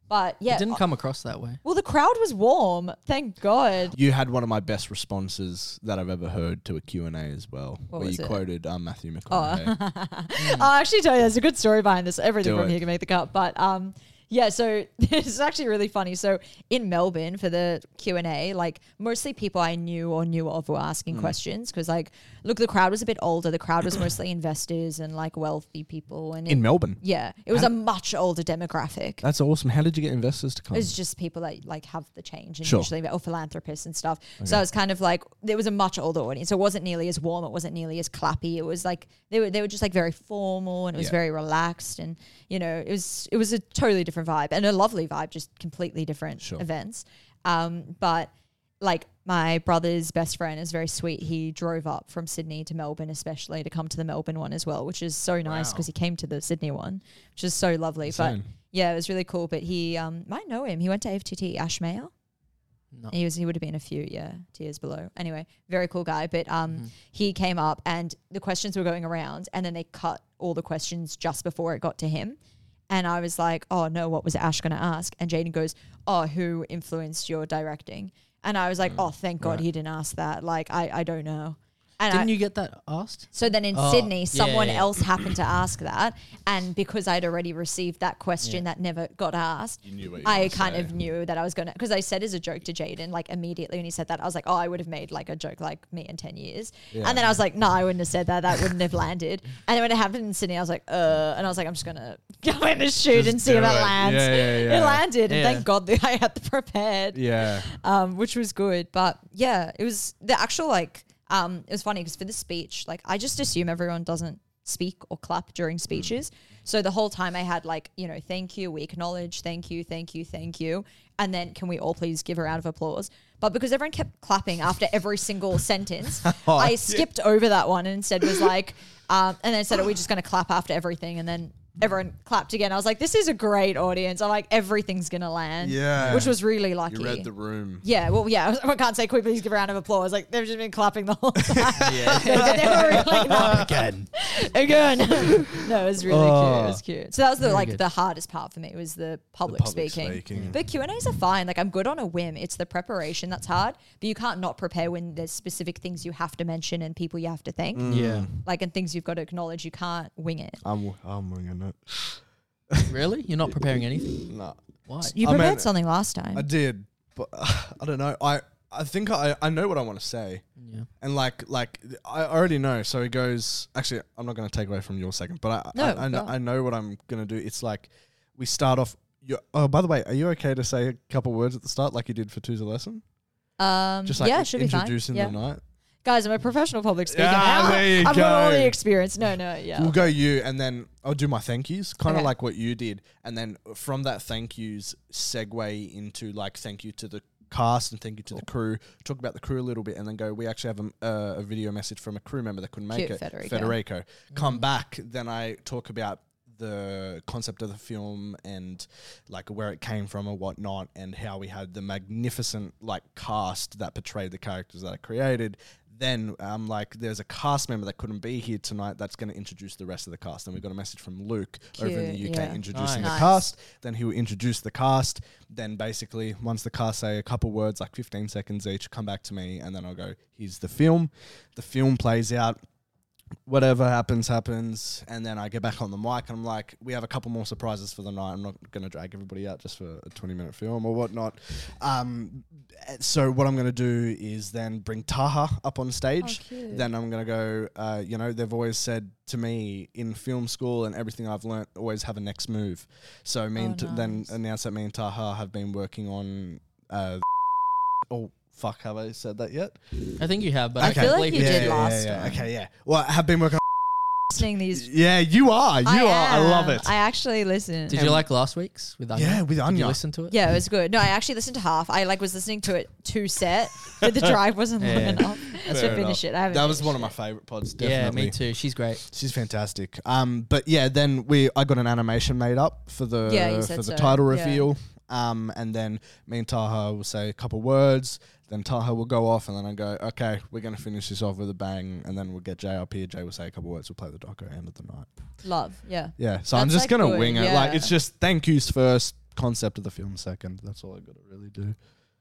C: But yeah,
B: it didn't
C: uh,
B: come across that way.
C: well, the crowd was warm. Thank God.
A: You had one of my best responses that I've ever heard to a Q&A as well,
C: What
A: where
C: was
A: you
C: it? Oh.
A: quoted um, Matthew McConaughey.
C: I'll actually tell you, there's a good story behind this. Everything
A: Do
C: from
A: it.
C: here can make the cut. But um, yeah, so this is actually really funny. So in Melbourne for the Q and A, like mostly people I knew or knew of were
A: Mm.
C: asking questions because, like, look, the crowd was a bit older. The crowd was mostly investors and like wealthy people. And
A: in
C: it-
A: Melbourne.
C: yeah, it was a much older demographic.
A: That's awesome. How did you get investors to come?
C: It's just people that like have the change and
A: Sure.
C: usually or philanthropists and stuff. So I was kind of like there was a much older audience. It wasn't nearly as warm. It wasn't nearly as clappy. It was like they were they were just like very formal and it was
A: Yeah.
C: very relaxed and you know it was it was a totally different vibe and a lovely vibe, just completely different
A: Sure.
C: events. Um, but like my brother's best friend is very sweet. He drove up from Sydney to Melbourne, especially to come to the Melbourne one as well, which is so nice
B: Wow.
C: because he came to the Sydney one, which is so lovely.
A: Insane.
C: But yeah, it was really cool. But he um, might know him. He went to AFTT Ashmayer.
B: No.
C: He was he would have been a few yeah tiers below. Anyway, very cool guy. But um,
B: Mm. Mm-hmm.
C: he came up and the questions were going around, and then they cut all the questions just before it got to him. And I was like, oh no, what was Ash going to ask? And Jaden goes, oh, who influenced your directing? And I was like,
B: Mm.
C: oh, thank God he didn't ask that. Like, I, I don't know. And I,
B: Didn't you get that asked?
C: so then in
B: Oh,
C: Sydney,
B: yeah,
C: someone
B: yeah.
C: else happened to ask that. And because I'd already received that question that never got asked,
A: knew what you were
C: I
A: gonna
C: kind
A: say.
C: of knew that I was going to, because I said as a joke to Jaden, like immediately when he said that, I was like, oh, I would have made like a joke like me in 10 years. And then I was like, no, I wouldn't have said that. That wouldn't have landed. And then when it happened in Sydney, I was like, uh, and I was like, I'm just going to go in and shoot
A: Just
C: and see if it
A: do it.
C: lands.
A: Yeah, yeah,
C: It
A: yeah.
C: landed. And
E: Yeah.
C: thank God that I had the prepared
A: Yeah.
C: um, which was good. But yeah, it was the actual like um, it was funny because for the speech, like I just assume everyone doesn't speak or clap during speeches. So the whole time I had like you know thank you, we acknowledge, thank you, thank you, thank you, and then can we all please give a round of applause? But because everyone kept clapping after every single sentence, I skipped over that one and instead was like, um, and then said, "Are we just going to clap after everything?" And then. Everyone clapped again. I was like, "This is a great audience." I'm like, "Everything's gonna land,"
A: Yeah.
C: which was really lucky.
A: You read the room.
C: Yeah, well, yeah, I was- I can't say quick, please give a round of applause. Like, they've just been clapping the whole time. But they were really like,
D: Again.
C: again. no, it was really cute. It
A: Oh,
C: was cute. So that was the, like,
B: good.
C: the hardest part for me was the public,
A: public
C: speaking. Mm.
A: speaking.
C: But Q&As are fine. Like, I'm good on a whim. It's the preparation that's hard, but you can't not prepare when there's specific things you have to mention and people you have to
A: Mm.
C: thank.
B: Yeah.
C: Like, and things you've got to acknowledge. You can't wing it.
A: I'm, I'm winging it. Mm.
B: Really? You're not preparing anything?
A: Nah.
B: Why?
C: You
A: I mean,
C: prepared something last time.
A: I did, but I don't know. I, I think I, I know what I want to say.
B: Yeah.
A: And like like th- I already know. So he goes. Actually, I'm not going to take away from your second, but I
C: No,
A: I, I, know,
C: go on.
A: I know what I'm going to do. It's like we start off. you oh, by the way, are you okay to say a couple words at the start, like you did for Tuesday lesson?
C: um,
A: Just like
C: yeah,
A: i-
C: it should be fine.
A: introducing
C: yeah.
A: the night.
C: Guys, I'm a professional public speaker
A: Yeah,
C: now.
A: there you
C: I've got all
A: go.
C: the experience. No, no, yeah.
A: We'll go you, and then I'll do my thank yous, kind of
C: Okay.
A: like what you did, and then from that thank yous segue into like thank you to the cast and thank you to the crew. Talk about the crew a little bit, and then go. We actually have a, m- uh, a video message from a crew member that couldn't make
C: Cute,
A: it.
C: Federico.
A: Federico. Come back, then I talk about the concept of the film and like where it came from and whatnot and how we had the magnificent like cast that portrayed the characters that I created. Then I'm like, there's a cast member that couldn't be here tonight that's going to introduce the rest of the cast. And we got a message from Luke over in the
C: Cute,
A: UK
C: yeah.
A: introducing
C: Nice.
A: the
C: Nice.
A: cast. Then he will introduce the cast. Then basically, once the cast say a couple words, like 15 seconds each, come back to me and then I'll go, here's the film. The film plays out whatever happens, happens. And then I get back on the mic and I'm like, we have a couple more surprises for the night. I'm not going to drag everybody out just for a 20 minute film or whatnot. Um, eh, so, what I'm going to do is then bring Taha up on stage.
C: Oh, cute.
A: then I'm going to go, uh, you know, they've always said to me in film school and everything I've learnt, always have a next move. So, me
C: Oh,
A: and t- then
C: nice.
A: announced that me and Taha have been working on. Uh, oh, fuck, have I said that yet?
B: I think you have, but
A: Okay.
B: I
A: I
B: can't
C: feel like
B: believe
C: you
B: it's
C: did
B: you.
C: last- time.
A: Okay, yeah. Well, I have been working
C: listening these.
A: yeah, you are. You
C: I
A: are. I love
C: am.
A: it.
C: I actually listened.
B: Did you like last week's with Anya?
A: yeah, with
B: Did you
A: Anya.
B: listen to it?
C: yeah, it was good. No, I actually listened to half. I like was listening to it two set, but the drive wasn't long
B: Yeah.
C: enough to
A: Fair enough.
C: finish it. I haven't
A: That was
C: finished
A: one of
C: it.
A: my favorite pods. Definitely.
B: Yeah, me too. She's great.
A: She's fantastic. Um, but yeah, then we I got an animation made up for the
C: Yeah, you
A: for
C: said
A: the
C: so.
A: title
C: Yeah.
A: reveal. Um, and then me and Taha will say a couple words. Then Taha will go off, and then I go, okay, we're gonna finish this off with a bang, and then we'll get Jay up here. Jay will say a couple words. We'll play the doco end of the night.
C: love. Yeah,
A: Yeah. So I'm
C: That's,
A: just
C: like,
A: gonna
C: good,
A: wing it. Like
C: yeah.
A: it's just thank yous first, concept of the film second. That's all I gotta really do.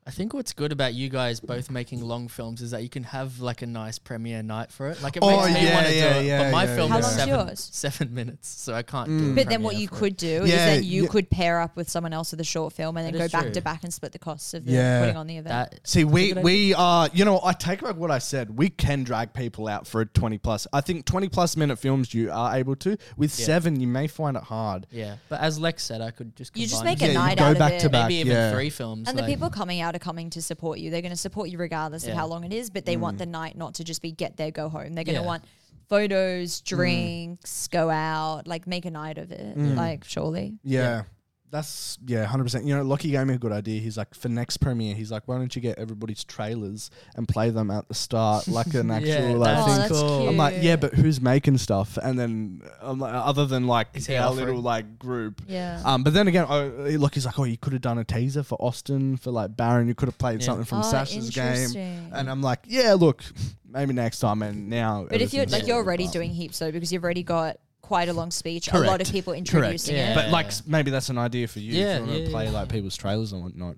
B: I think what's good about you guys both making long films is that you can have like a nice premiere night for it. Like it
A: Oh,
B: makes me
A: yeah,
B: want to
A: yeah,
B: do it,
A: yeah,
B: but my
A: yeah,
B: film
A: yeah.
B: is
A: How long's
B: seven,
C: yours?
B: seven minutes, so I can't.
A: Mm.
B: do a
A: But
C: but then
B: premiere
C: what you
B: for it.
C: could do
A: Yeah,
C: is that you
A: yeah.
C: could pair up with someone else with a short film and
B: That
C: then go
B: is
C: back
B: true.
C: to back and split the costs of the
A: Yeah.
C: putting on the event.
B: that
A: See, we
B: good
A: we are. You know, I take back what I said. We can drag people out for a twenty plus. I think twenty plus minute films you are able to. With
B: Yeah.
A: seven, you may find it hard.
B: yeah. But as Lex said, I could just
C: You just
B: combine
C: make a
B: the
A: you
B: two.
C: night
A: go
C: out of
A: back
C: it.
A: to
B: maybe
A: back.
B: even
A: yeah.
B: three films.
C: and
B: like-
C: the people coming out are coming to support you. They're going to support you regardless of
B: Yeah.
C: how long it is, but they
A: Mm.
C: want the night not to just be get there, go home. They're going
B: Yeah.
C: to want
A: Mm. Mm.
C: photos, drinks, go out, like make a night of it. Like surely.
A: Yeah. That's yeah, hundred percent. You know, Lockie gave me a good idea. He's like, for next premiere, he's like, why don't you get everybody's trailers and play them at the start, like an actual like
C: that's
A: thing.
C: that's cute.
A: I'm like, yeah, but who's making stuff? And then I'm like, other than like
B: Is he
A: our
B: offering?
A: little like group.
C: yeah.
A: Um, but then again, oh, look, he's like, oh, you could have done a teaser for Austin for like Baron. You could have played
B: Yeah.
A: something from
C: Oh,
A: Sasha's game.
C: interesting.
A: And I'm like, yeah, look, maybe next time. And now,
C: But if you're
A: everything's
C: like you're
A: sorted
C: already
A: out.
C: doing heaps though because you've already got quite a long speech, a lot
A: Correct.
C: of people
A: Correct.
C: introducing
B: Yeah.
C: it.
A: But like s- maybe that's an idea for you if
B: Yeah,
A: you want
B: yeah,
A: to play
B: yeah.
A: like people's trailers and whatnot.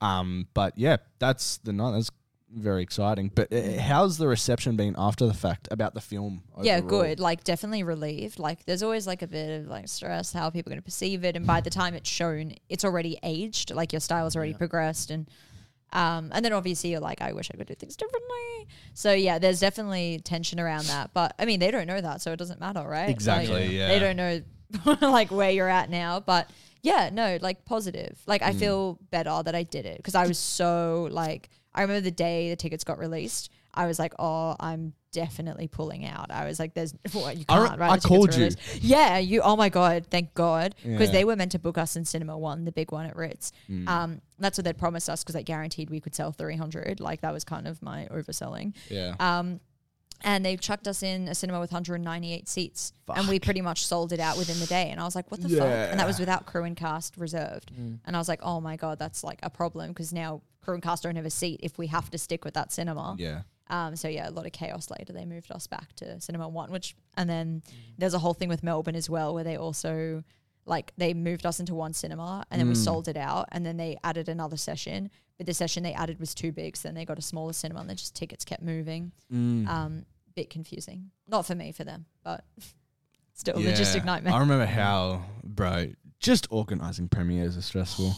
A: Um, but yeah, that's the night. That's very exciting. But uh, how's the reception been after the fact about the film?
C: Yeah,
A: overall?
C: good. Like definitely relieved. Like there's always like a bit of like stress, how are people gonna perceive it? And by the time it's shown, it's already aged, like your style's already progressed and um and then obviously you're like, I wish I could do things differently. So yeah, there's definitely tension around that. But I mean they don't know that, so it doesn't matter, right? Like,
A: Exactly, yeah.
C: They don't know like where you're at now. But yeah, no, like positive. Like
A: Hmm.
C: I feel better that I did it because I was so like I remember the day the tickets got released. I was like, oh, I'm definitely pulling out. I was like, there's what you
A: I re-
C: can't. right?
A: I
C: The tickets
A: called
C: were
A: you.
C: released. Yeah, you. Oh my god, thank God, because
A: Yeah. Hmm. Mm.
C: they were meant to book us in Cinema One, the big one at Ritz. Um, that's what they'd promised us because they guaranteed we could sell 300. Like that was kind of my overselling.
A: Yeah.
C: Um, and they chucked us in a cinema with 198 seats, and we pretty much sold it out within the day. And I was like, "What the fuck?" And that was without crew and cast reserved.
B: Mm.
C: And I was like, "Oh my god, that's like a problem because now crew and cast don't have a seat if we have to stick with that cinema."
A: yeah.
C: Um, so yeah, a lot of chaos later. They moved us back to Cinema One, which and then there's a whole thing with Melbourne as well, where they also like they moved us into one cinema and then we sold it out, and then they added another session, but the session they added was too big, so then they got a smaller cinema, and then just tickets kept moving.
A: Mm. Mm-hmm.
C: Um, bit confusing, not for me, for them, but still
A: Yeah.
C: logistic
A: I
C: nightmare.
A: remember how, bro, just organizing premieres is stressful.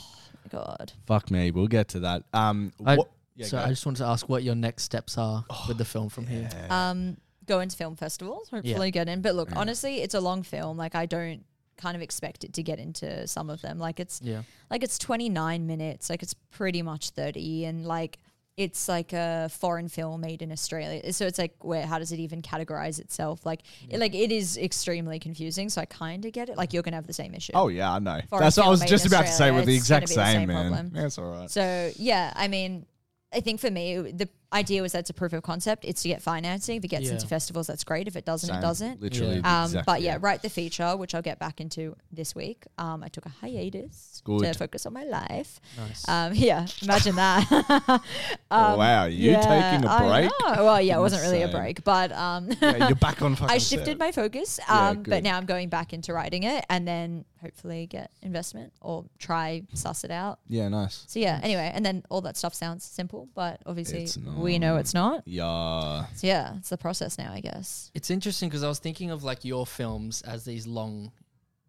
C: God,
A: Fuck me. We'll get to that. Um,
B: I-
A: what-
B: so
A: go. Oh,
B: I just wanted to ask what your next steps are with the film from here.
C: um, go into film festivals, hopefully get in. But look, honestly, it's a long film. Like I don't kind of expect it to get into some of them. Like it's
B: Yeah.
C: like it's 29 minutes like it's pretty much 30 and like it's like a foreign film made in australia so it's like where how does it even categorize itself like it, like it is extremely confusing so i kind of get it like you're gonna have the same issue
A: Oh yeah, I know.
C: Foreign
A: That's what I
C: film
A: was
C: made
A: just
C: in
A: about to say.
C: Australia,
A: We're the
C: it's
A: exact
C: gonna be the
A: same,
C: same
A: man.
C: problem.
A: That's all right.
C: so yeah i mean i think for me the idea was that's a proof of concept it's to get financing if it gets
B: Yeah.
C: into festivals that's great if it doesn't
A: Same,
C: it doesn't
A: Literally.
B: Yeah.
A: the
C: um,
A: exact-
C: but yeah, write the feature, which I'll get back into this week. Um, I took a hiatus to
A: Good.
C: focus on my life.
B: Nice.
C: Um, yeah, imagine that. um,
A: wow, you taking a
C: I
A: break?
C: know. Well, yeah, it wasn't really a
A: Insane.
C: break, but um,
A: Yeah, you're back on. Fucking
C: I shifted
A: set.
C: my focus.
A: Yeah,
C: Um,
A: good.
C: but now I'm going back into writing it, and then hopefully get investment or try suss it out.
A: Yeah, nice.
C: So yeah, anyway, and then all that stuff sounds simple, but obviously
A: It's
C: we know it's not.
A: Yeah.
C: So yeah, it's the process now, I guess.
B: It's interesting because I was thinking of like your films as these long,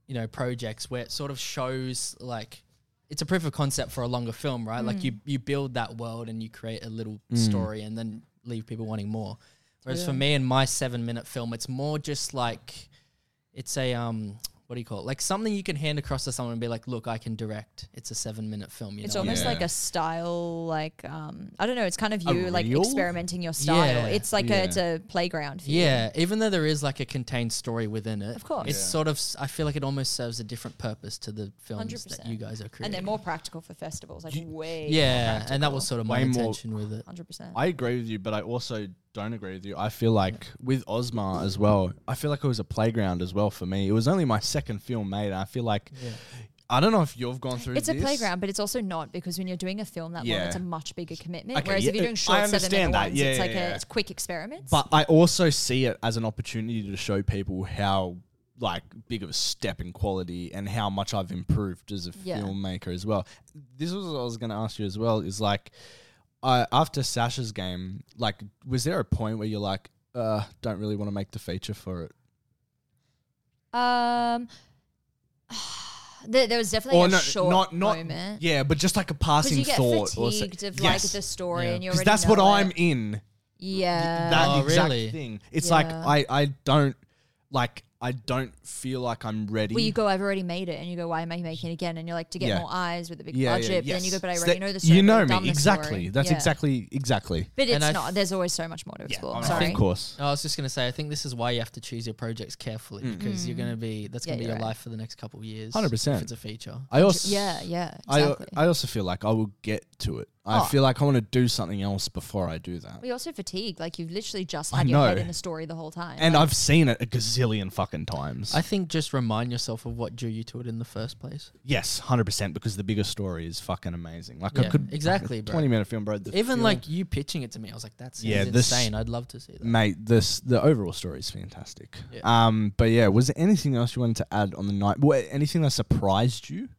B: you know, projects where it sort of shows like it's a proof of concept for a longer film, right?
C: Mm.
B: Like you you build that world and you create a little story and then leave people wanting more. Whereas for me and my seven minute film, it's more just like it's a um what do you call it? Like something you can hand across to someone and be like, look, I can direct. It's a seven minute film. You
C: It's
B: know?
C: almost
A: Yeah.
C: like a style, like um, I don't know. It's kind of
A: A
C: you like
A: reel?
C: experimenting your style.
B: Yeah,
C: it's like
A: yeah.
C: a, it's a playground for you.
B: Yeah, even though there is like a contained story within it,
C: Of course.
B: it's
A: Yeah.
B: sort of. s- I feel like it almost serves a different purpose to the films that
C: 100%.
B: you guys are creating.
C: and they're more practical for festivals, like
A: You-
C: way.
B: Yeah, and that was sort of my
A: Way more-
B: intention with it.
C: hundred percent.
A: I agree with you, but I also don't agree with you. I feel like with Ozma as well, I feel like it was a playground as well for me. It was only my second film made. And I feel like I don't know if you've gone through.
C: It's a
A: this.
C: playground, but it's also not because when you're doing a film that long,
A: Yeah.
C: it's a much bigger commitment.
A: Okay,
C: Whereas
A: yeah,
C: if you're doing
A: I
C: short seven minute
A: understand that.
C: ones,
A: Yeah,
C: it's
A: yeah,
C: like
A: yeah.
C: a it's quick experiments.
A: But I also see it as an opportunity to show people how like big of a step in quality and how much I've improved as a
C: Yeah.
A: filmmaker as well. This was what I was going to ask you as well is like I after Sasha's game, like was there a point where you're like uh don't really want to make the feature for it?
C: um, there, there was definitely a short
A: not not
C: moment.
A: yeah, but just like a
C: Because
A: passing
C: Uh, you get
A: thought or so-
C: fatigued of
A: Yes.
C: like the story,
B: Yeah.
C: and you're
A: 'Cause that's what I'm in.
C: Yeah,
A: that
B: Oh,
A: exact
B: really?
A: thing. It's
C: Yeah.
A: like I I don't like I don't feel like I'm ready.
C: Well, you go, I've already made it, and you go, why am I making it again? And you're like, to get
A: Yeah.
C: more eyes with a big
A: Yeah, yeah,
C: budget. but then you
A: yes.
C: go, but I
A: So
C: already
A: that-
C: know the story.
A: You know
C: I've done
A: me
C: the
A: exactly.
C: story."
A: That's
C: Yeah.
A: exactly exactly.
C: But
B: And
C: it's
B: I
C: not.
B: f-
C: There's always so much more to explore.
A: I
C: I'm
A: think-
C: sorry.
D: Of course.
B: I was just gonna say, I think this is why you have to choose your projects carefully
A: Mm.
B: because you're gonna be that's
C: Mm. Yeah,
B: gonna be
C: you're
B: your
C: right.
B: life for the next couple of years.
A: 100%.
B: If it's a feature.
A: I also
C: Yeah, yeah,
A: I, uh,
C: exactly.
A: I also feel like I will get to it. I
C: Oh.
A: feel like I want to do something else before I do that.
C: we also fatigue. Like you've literally just
A: I
C: had your head
A: know.
C: in a story the whole time.
A: And
C: Like,
A: I've seen it a gazillion fucking times.
B: I think just remind yourself of what drew you to it in the first place.
A: yes, hundred percent. Because the bigger story is fucking amazing. Like I
B: Yeah,
A: could
B: exactly, bro.
A: twenty minute film, bro. the
B: Even
A: film-
B: like you pitching it to me, I was like, "That's
A: Yeah,
B: yeah,
A: this-
B: insane. I'd love to see that."
A: mate, this the overall story is fantastic.
B: Yeah.
A: Um, but yeah, was there anything else you wanted to add on the night? Well, anything that surprised you?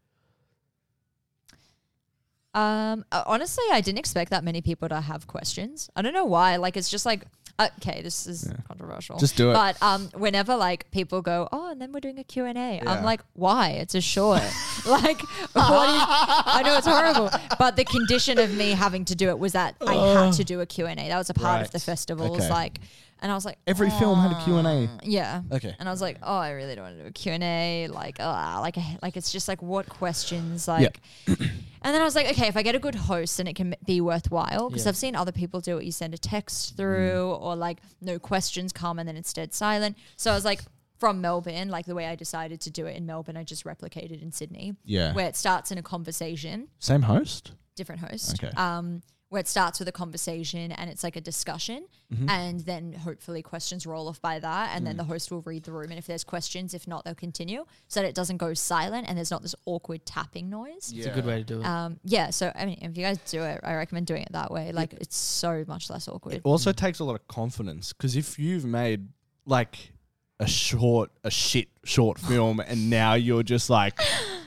C: Um, uh, honestly, I didn't expect that many people to have questions. I don't know why. Like, it's just like, okay, this is
A: Yeah.
B: Oh,
C: controversial.
A: Just do it.
C: But um, whenever like people go, oh, and then we're doing a Q and A,
A: Yeah.
C: I'm like, why? It's a short. like, what is? I know it's horrible, but the condition of me having to do it was that I had to do a Q and A. That was a part of
B: Right.
C: the festivals.
A: Okay.
C: Like, and I was like,
A: Every film had a Q and A.
C: "Mm, yeah.
A: Okay.
C: And I was like, oh, I really don't want to do a Q&A. Like, ah, like, I- like it's just like, what questions? Like,
A: Yeah.
C: and then I was like, okay, if I get a good host and it can be worthwhile, because
B: Yeah.
C: I've seen other people do it. You send a text through or like no questions come and then it's dead silent. So I was like, from Melbourne, like the way I decided to do it in Melbourne, I just replicated in Sydney,
A: Yeah.
C: where it starts in a conversation
A: Same host.
C: different host.
A: Okay.
C: Um, where it starts with a conversation and it's like a discussion,
A: Mm-hmm. Mm.
C: and then hopefully questions roll off by that, and then the host will read the room, and if there's questions, if not, they'll continue, so that it doesn't go silent and there's not this awkward tapping noise.
B: It's a good way to do it.
C: Um, yeah, so I mean, if you guys do it, I recommend doing it that way. Like, it's so much less awkward.
A: It also takes a lot of confidence because if you've made like a short, a shit short film, and now you're just like,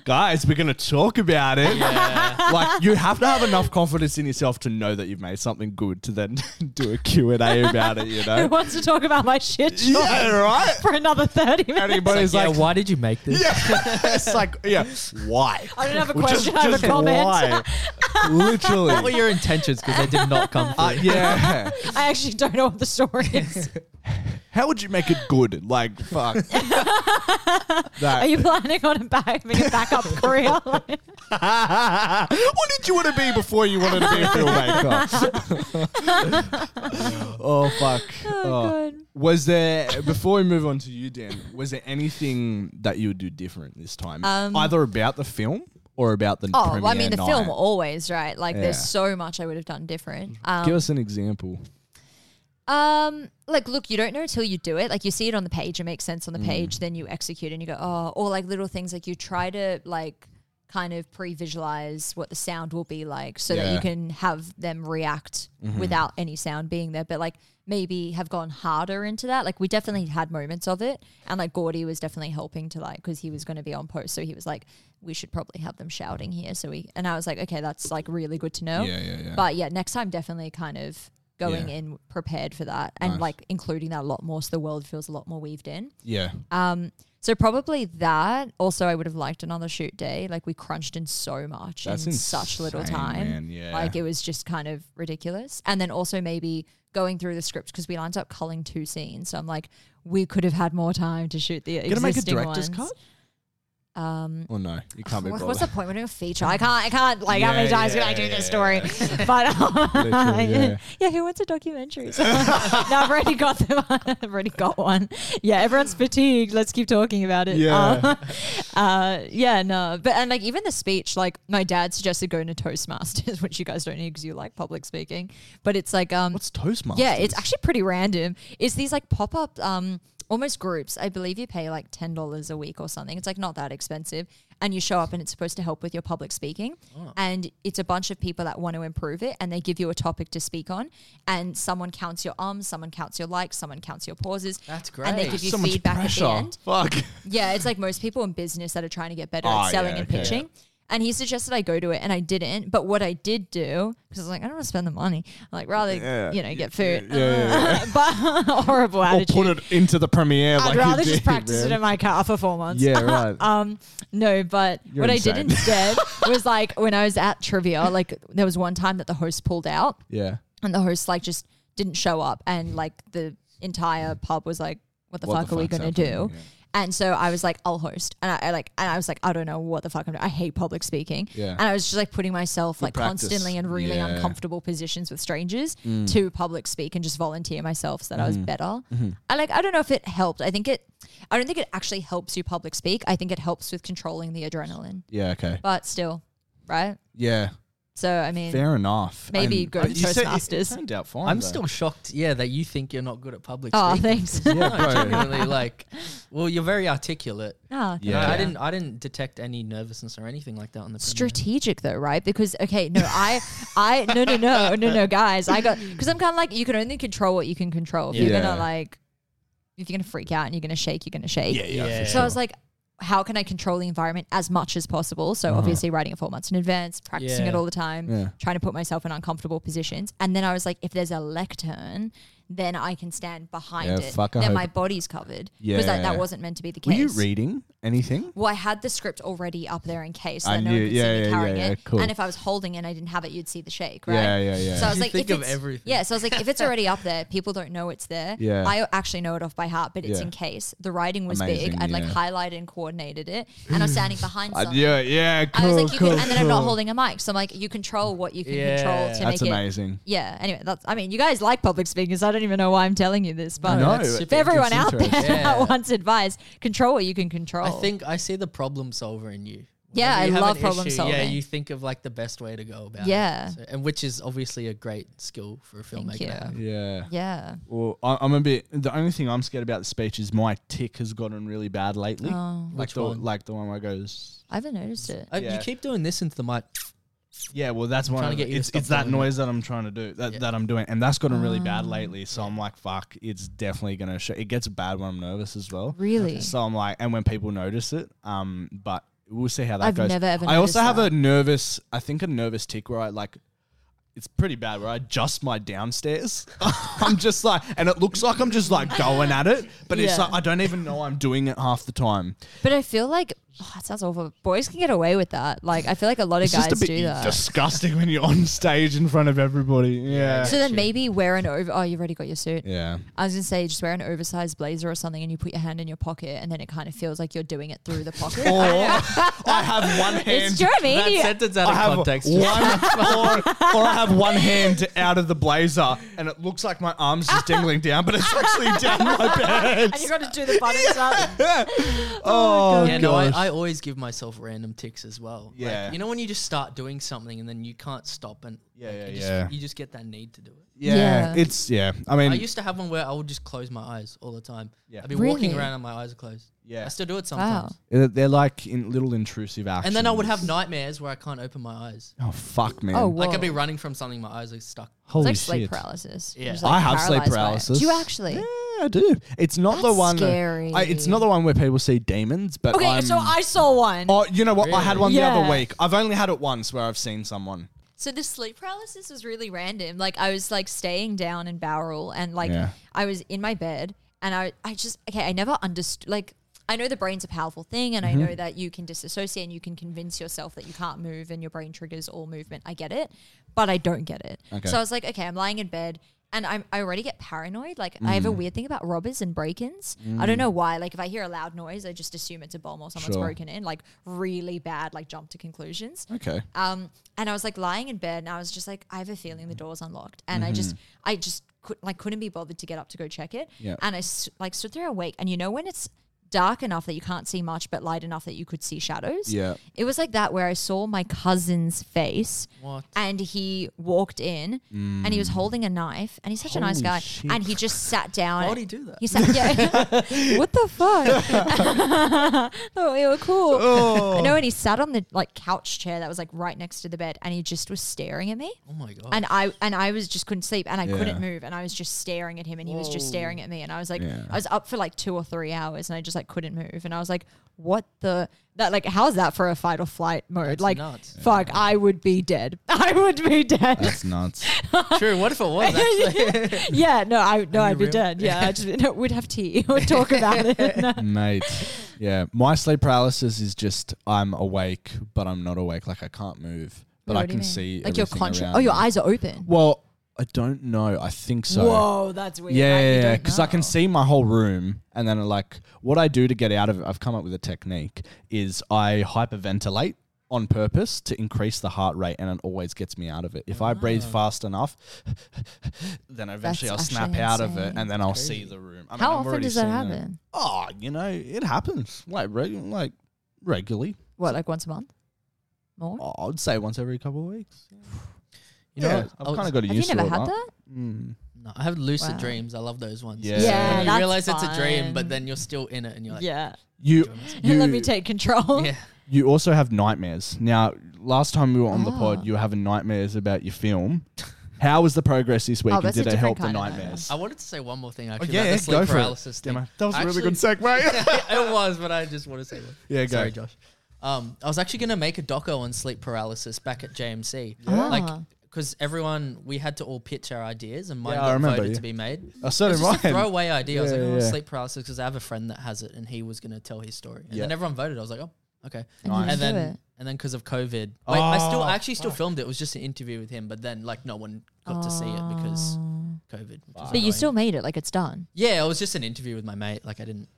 A: guys, we're gonna talk about it. like you have to have enough confidence in yourself to know that you've made something good to then do a Q and A about it. You
C: Who
A: know?
C: wants to talk about my shit show
A: yeah, right.
C: for another thirty minutes?
A: Anybody's like,
B: yeah, why did you make this?
A: Yeah, it's like yeah. Why?
C: I don't have a
A: Well,
C: question. I have a comment.
A: why?
B: What were
A: Literally.
B: your intentions? Because they did not come.
A: Uh,
B: through.
A: yeah.
C: I actually don't know what the story is.
A: How would you make it good? Like fuck.
C: Are
A: that.
C: you planning on a back- having a backup career?
A: what did you want to be before you wanted to be a filmmaker? oh fuck. Oh.
C: God.
A: Was there before we move on to you, Dan? Was there anything that you would do different this time,
C: Um,
A: either about the film or about the?
C: Oh, well, I
A: premiere
C: mean, the
A: night?
C: film always, right? Like,
A: Yeah.
C: there's so much I would have done different. Um,
A: Give us an example.
C: um, like, look, you don't know until you do it. Like, you see it on the page, it makes sense on
A: Mm.
C: the page, then you execute and you go, oh, or like little things like you try to like kind of pre-visualize what the sound will be like, so that
A: Yeah. Mm-hmm.
C: you can have them react without any sound being there. But like, maybe have gone harder into that. Like, we definitely had moments of it, and like Gordy was definitely helping to like because he was going to be on post, so he was like, we should probably have them shouting here. So we and I was like, okay, that's like really good to know.
A: yeah, yeah.
C: But yeah, next time definitely kind of going
A: Yeah.
C: in prepared for that and
A: Nice.
C: like including that a lot more so the world feels a lot more weaved in.
A: yeah,
C: Um so probably that. Also I would have liked another shoot day. Like we crunched in so much in such little
A: insane,
C: time.
A: man, Yeah,
C: Like it was just kind of ridiculous. And then also maybe going through the script because we lined up culling two scenes. So I'm like, we could have had more time to shoot the
A: gonna
C: existing
A: make a director's
C: ones.
A: cut.
C: Um
A: Oh no, you can't be
C: what-
A: bothered.
C: what's the point? We're doing a feature. I can't. I can't. Like, how many
A: Yeah,
C: times can I
A: yeah,
C: do
A: yeah,
C: this story? But um,
A: Literally, yeah.
C: yeah. who wants a documentary? no, I've already got them. I've already got one. Yeah, everyone's fatigued. Let's keep talking about it.
A: Yeah.
C: Um, uh, yeah. No, but and like even the speech, like my dad suggested going to Toastmasters, which you guys don't need because you like public speaking. But it's like um,
A: What's Toastmasters?
C: yeah, it's actually pretty random. It's these like pop up um almost groups. I believe you pay like ten dollars a week or something. It's like not that expensive. And you show up and it's supposed to help with your public speaking. And it's a bunch of people that want to improve it and they give you a topic to speak on. And someone counts your ums, someone counts your likes, someone counts your pauses.
B: That's
C: And they
B: great.
C: give you
A: so much
C: feedback at
A: pressure.
C: the end.
A: Fuck.
C: Yeah, it's like most people in business that are trying to get better
A: Ah,
C: at selling
A: yeah,
C: and
A: okay.
C: pitching. And he suggested I go to it, and I didn't. But what I did do, because I was like, I don't want to spend the money. I'm like, rather,
A: Yeah.
C: you know, get food.
A: Yeah, yeah,
C: but horrible
A: Or
C: attitude.
A: put it into the premiere.
C: I'd
A: like
C: rather
A: you
C: just
A: did,
C: practice
A: man.
C: it in my car for four months.
A: Yeah, right.
C: Um, no, but
A: You're
C: what I
A: insane.
C: did instead was like when I was at trivia, like there was one time that the host pulled out,
A: yeah.
C: and the host like just didn't show up, and like the entire pub was like, "What the
A: What
C: fuck are we
A: fuck's
C: gonna
A: happening?
C: do?"
A: Yeah.
C: And so I was like, I'll host, and I, I like, and I was like, I don't know what the fuck I'm doing. I hate public speaking,
A: Yeah.
C: and I was just like putting myself like
A: practice. Hmm.
C: constantly in really
A: Yeah.
C: uncomfortable positions with strangers
A: Mm.
C: to public speak and just volunteer myself so that
A: Hmm.
C: I was better.
A: Mm-hmm.
C: I like, I don't know if it helped. I think it, I don't think it actually helps you public speak. I think it helps with controlling the adrenaline,
A: Yeah. Okay.
C: but still, right?
A: Yeah.
C: So I mean,
A: Fair enough.
C: maybe go
A: but
C: to
A: you said it-
C: Toastmasters.
A: It turned out fine.
B: I'm
A: though.
B: still shocked, yeah, that you think you're not good at public
C: oh,
B: speaking.
C: thanks.
A: Yeah,
B: No,
A: bro.
B: genuinely, like, well, you're very articulate.
C: Ah,
A: Yeah.
B: I didn't, I didn't detect any nervousness or anything like that on the premiere.
C: strategic though, right? Because okay, no, I, I, no, no, no, no, no, guys, I got because I'm kind of like you can only control what you can control. If you're
A: Yeah.
C: gonna like, if you're gonna freak out and you're gonna shake, you're gonna shake.
A: Yeah. Yeah.
B: Yeah.
A: for
C: So
A: sure.
C: I was like, how can I control the environment as much as possible? So obviously writing it four months in advance, practicing
B: Yeah.
C: it all the time,
A: Uh-huh. Yeah.
C: trying to put myself in uncomfortable positions, and then I was like, if there's a lectern. Then I can stand behind
A: Yeah,
C: it.
A: fuck, I
C: then
A: hope-
C: my body's covered because that,
A: Yeah.
C: that wasn't meant to be the
A: Were
C: case.
A: you reading anything?
C: Well, I had the script already up there in case so
A: I
C: that no
A: knew-
C: one could
A: yeah,
C: see me
A: yeah,
C: carrying
A: yeah, yeah,
C: it.
A: cool.
C: And if I was holding it and I didn't have it, you'd see the shake, right?
A: Yeah, yeah, yeah.
C: So I was
B: You
C: like,
B: think
C: if
B: of
C: it's-
B: everything.
C: Yeah, so I was like, if it's already up there, people don't know it's there.
A: Yeah.
C: I actually know it off by heart, but it's
A: Yeah.
C: in case. The writing was
A: Amazing,
C: big. I'd like
A: yeah.
C: highlighted and coordinated it, and I'm standing behind
A: I,
C: something.
A: yeah. Yeah. Cool.
C: I was like, you
A: cool,
C: can, and then I'm not
A: cool.
C: holding a mic, so I'm like, you control what you can control
B: Yeah.
C: to
A: That's
C: make it.
A: amazing.
C: Yeah. Anyway, that's. I mean, you guys like public speakers. I don't even know why I'm telling you this, but
A: No,
B: that's
A: it-
B: super
C: for everyone out there
A: interesting.
B: Yeah.
C: that wants advice, control what you can control.
B: I think I see the problem solver in you.
C: Yeah,
B: Whenever
C: I
B: you have
C: love
B: an
C: problem
B: Yeah,
C: solving.
B: you think of like the best way to go about
C: Yeah.
B: it. So- and which is obviously a great skill for a filmmaker.
C: you.
B: To have.
A: Yeah.
C: Yeah.
A: Well, I, I'm a bit. The only thing I'm scared about the speech is my tick has gotten really bad lately.
C: Oh.
A: like
B: Which
A: the
B: one?
A: like the one where it goes.
C: I haven't noticed it.
B: Uh,
A: Yeah.
B: You keep doing this into the mic.
A: Yeah, well, that's one.
B: trying to
A: of
B: get
A: the-
B: you to
A: it's
B: stop
A: it's that
B: doing it.
A: noise that I'm trying to do that, that I'm doing, and that's gotten
C: Ah,
A: really bad lately. So I'm like, fuck, it's definitely gonna show. It gets bad when I'm nervous as well.
C: Really?
A: So I'm like, and when people notice it, um, but we'll see how that
C: I've
A: goes.
C: never ever
A: I also
C: noticed
A: have
C: that.
A: a nervous. I think a nervous tick where I like. It's pretty bad where I adjust my downstairs. I'm just like, and it looks like I'm just like going at it, but it's
C: Yeah.
A: like I don't even know I'm doing it half the time.
C: But I feel like oh, it sounds awful. Boys can get away with that. Like I feel like a lot of
A: It's
C: guys
A: just a
C: do
A: bit
C: that.
A: disgusting when you're on stage in front of everybody. Yeah.
C: so then maybe wear an over. Oh, you've already got your suit.
A: Yeah.
C: I was gonna say just wear an oversized blazer or something, and you put your hand in your pocket, and then it kind of feels like you're doing it through the pocket.
A: Or I have one hand.
C: it's true, I mean,
B: That
C: you-
B: sentence out
A: I
B: of
A: have
B: context.
A: one, or, or I have one hand out of the blazer, and it looks like my arms just dangling down, but it's actually down my
C: and you
A: pants.
C: got to do the buttons up.
A: Oh,
B: yeah,
A: gosh.
B: no, I, I always give myself random ticks as well. Like,
A: Yeah.
B: you know when you just start doing something and then you can't stop and
A: Yeah,
B: like,
A: yeah,
B: you,
A: yeah.
B: Just, you just get that need to do it.
A: yeah,
C: Yeah.
A: it's yeah. I mean,
B: I used to have one where I would just close my eyes all the time.
A: Yeah.
B: I'd be
C: Really?
B: walking around and my eyes are closed.
A: yeah,
B: I still do it sometimes.
A: Uh, they're like in little intrusive actions.
B: And then I would have nightmares where I can't open my eyes.
A: Oh fuck, man!
C: Oh,
B: Like
C: whoa.
B: I'd be running from something, my eyes are stuck.
C: It's
A: holy
C: like
A: shit!
C: sleep paralysis. You're
B: Yeah.
C: just, like,
A: I have sleep
C: paralyzed by it.
A: paralysis.
C: Do you actually?
A: Yeah, I do. It's not the
C: That's
A: one.
C: scary.
A: I, it's not the one where people see demons, but
C: Okay,
A: I'm-
C: so I saw one.
A: Oh, you know what? I had
B: Really?
A: one the
C: Yeah.
A: other week. I've only had it once where I've seen someone.
C: So the sleep paralysis was really random. Like I was like staying down in Barrel and like
A: Yeah.
C: I was in my bed and I I just okay, I never understood like I know the brain's a powerful thing and I know
A: Mm-hmm.
C: that you can disassociate and you can convince yourself that you can't move and your brain triggers all movement. I get it, but I don't get it.
A: Okay.
C: So I was like, okay, I'm lying in bed and I'm, I already get paranoid. Like I have
A: Mm.
C: a weird thing about robbers and break-ins. I don't know why. Like if I hear a loud noise, I just assume it's a bomb or someone's
A: Sure.
C: broken in. Like really bad. Like jump to conclusions.
A: Okay.
C: Um, and I was like lying in bed, and I was just like, I have a feeling the door's unlocked, and I just, I just could, like couldn't be bothered to get up to go check it.
A: Mm-hmm. Yeah.
C: And I s- like stood there awake, and you know when it's dark enough that you can't see much, but light enough that you could see shadows.
A: Yeah.
C: It was like that where I saw my cousin's face,
B: What?
C: and he walked in,
A: Mm,
C: and he was holding a knife, and he's such a nice
A: Holy
C: guy,
A: shit.
C: and he just sat down.
B: Why would he do that?
C: He sat, yeah. what the fuck? oh, we were cool.
B: Oh.
C: I know, and he sat on the like couch chair that was like right next to the bed, and he just was staring at me,
B: Oh my god.
C: and I and I was just couldn't sleep, and I
A: Yeah.
C: couldn't move, and I was just staring at him, and he was just staring at me, and I was like,
A: Yeah.
C: I was up for like two or three hours, and I just like couldn't move, and I was like, what the that like how's that for a fight or flight mode?
B: That's
C: like,
B: nuts.
C: fuck, I would be dead. I would be dead.
A: That's nuts.
B: True. What if it was actually?
C: yeah, no, I no,
B: Are you
C: I'd be
B: real?
C: dead. Yeah, I just no, we'd have tea, we'd talk about it. No.
A: Mate. Yeah. My sleep paralysis is just I'm awake, but I'm not awake. Like I can't move, but
C: What
A: I
C: do you
A: can
C: mean?
A: see.
C: Like you're
A: everything
C: conscious.
A: around
C: Oh, your
A: me.
C: eyes are open.
A: Well, I don't know. I think so.
C: Whoa, that's weird.
A: Yeah,
C: I- you
A: yeah, yeah.
C: don't
A: Because I can
C: know.
A: see my whole room, and then like what I do to get out of it, I've come up with a technique. Is I hyperventilate on purpose to increase the heart rate, and it always gets me out of it. If I breathe fast enough, then eventually
C: That's
A: I'll snap
C: actually
A: out of it,
C: insane.
A: and then I'll see the room. I mean,
C: How
A: I've
C: often
A: already
C: does that
A: seen it.
C: happen?
A: Oh, you know, it happens like regu- like regularly.
C: What, like once a month? More?
A: Oh, I'd say once every couple of weeks.
B: You know,
A: yeah,
B: what? I
A: I've
B: was-
A: kind of got
C: Have
A: used
C: you
A: to
C: never
A: it.
C: had
A: right?
C: that?
A: Mm.
B: No, I have lucid
C: Wow.
B: dreams. I love those ones.
A: Yeah.
B: So
A: Yeah,
B: when you
C: that's
B: realize it's a dream,
C: fun.
B: but then you're still in it, and you're like,
C: yeah.
A: You, you
C: Let me take control.
B: yeah.
A: You also have nightmares. Now, last time we were on the
C: Ah.
A: pod, you were having nightmares about your film. How was the progress this week?
C: Oh,
A: and
C: that's a
A: did it help
C: different
A: the
C: kind of nightmare.
A: nightmares?
B: I wanted to say one more thing actually.
A: Oh, yeah,
B: about
A: yeah,
B: the sleep
A: go for it.
B: paralysis thing.
A: Damn, that was a really good
B: Actually-
A: segue.
B: it was, but I just want to say that.
A: Yeah, go.
B: Sorry, Josh. Um, I was actually going to make a doco on sleep paralysis back at JMC.
C: Yeah.
B: Like,
C: Ah.
B: because everyone, we had to all pitch our ideas and mine
A: Yeah, I
B: got
A: remember,
B: voted
A: yeah.
B: to be made.
A: Uh,
B: It
A: so
B: was
A: did
B: just a
A: mine.
B: throwaway idea. I was
A: Yeah,
B: like, oh,
A: yeah.
B: sleep paralysis, because I have a friend that has it and he was going to tell his story. And
A: Yeah.
B: then everyone voted. I was like, oh, okay.
C: And
A: Nice.
B: And
C: you do
B: then,
C: it.
B: and then because of COVID, wait, I still, I
A: Oh,
B: actually still filmed it. It was just an interview with him, but then like no one got to see it because
C: Oh.
B: COVID. which was
C: But you
B: annoying.
C: still made it. Like it's done.
B: yeah, it was just an interview with my mate. Like I didn't,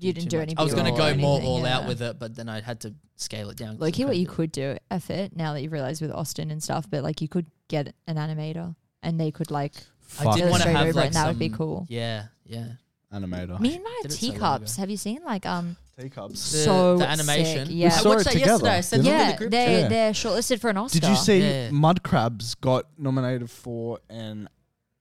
C: You
B: too
C: didn't do
B: much.
C: anything.
B: I was going to
A: or
B: go more
C: anything,
B: all out
C: yeah.
B: with it, but then I had to scale it down. 'cause
C: Look,
B: of
C: here what you
B: COVID.
C: could do, effort, now that you've realized with Austin and stuff, but like you could get an animator and they could like
B: I did
A: Fuck.
B: want to
C: Illustrate
B: have
C: over it,
B: like
C: that would be
B: some-
C: cool.
B: Yeah, yeah.
A: Animator.
C: me and my
B: Did it so long
C: teacups.
B: ago.
C: Have you seen like um
A: Teacups.
B: The,
C: so
B: the animation.
C: sick, yeah.
B: I
A: saw
B: watched
A: it
B: that
A: together,
B: yesterday. I sent
A: didn't
B: it
C: yeah,
B: to the group
C: they
A: Yeah.
C: they're shortlisted for an Oscar.
A: Did you see
B: Yeah.
A: Mud Crabs got nominated for an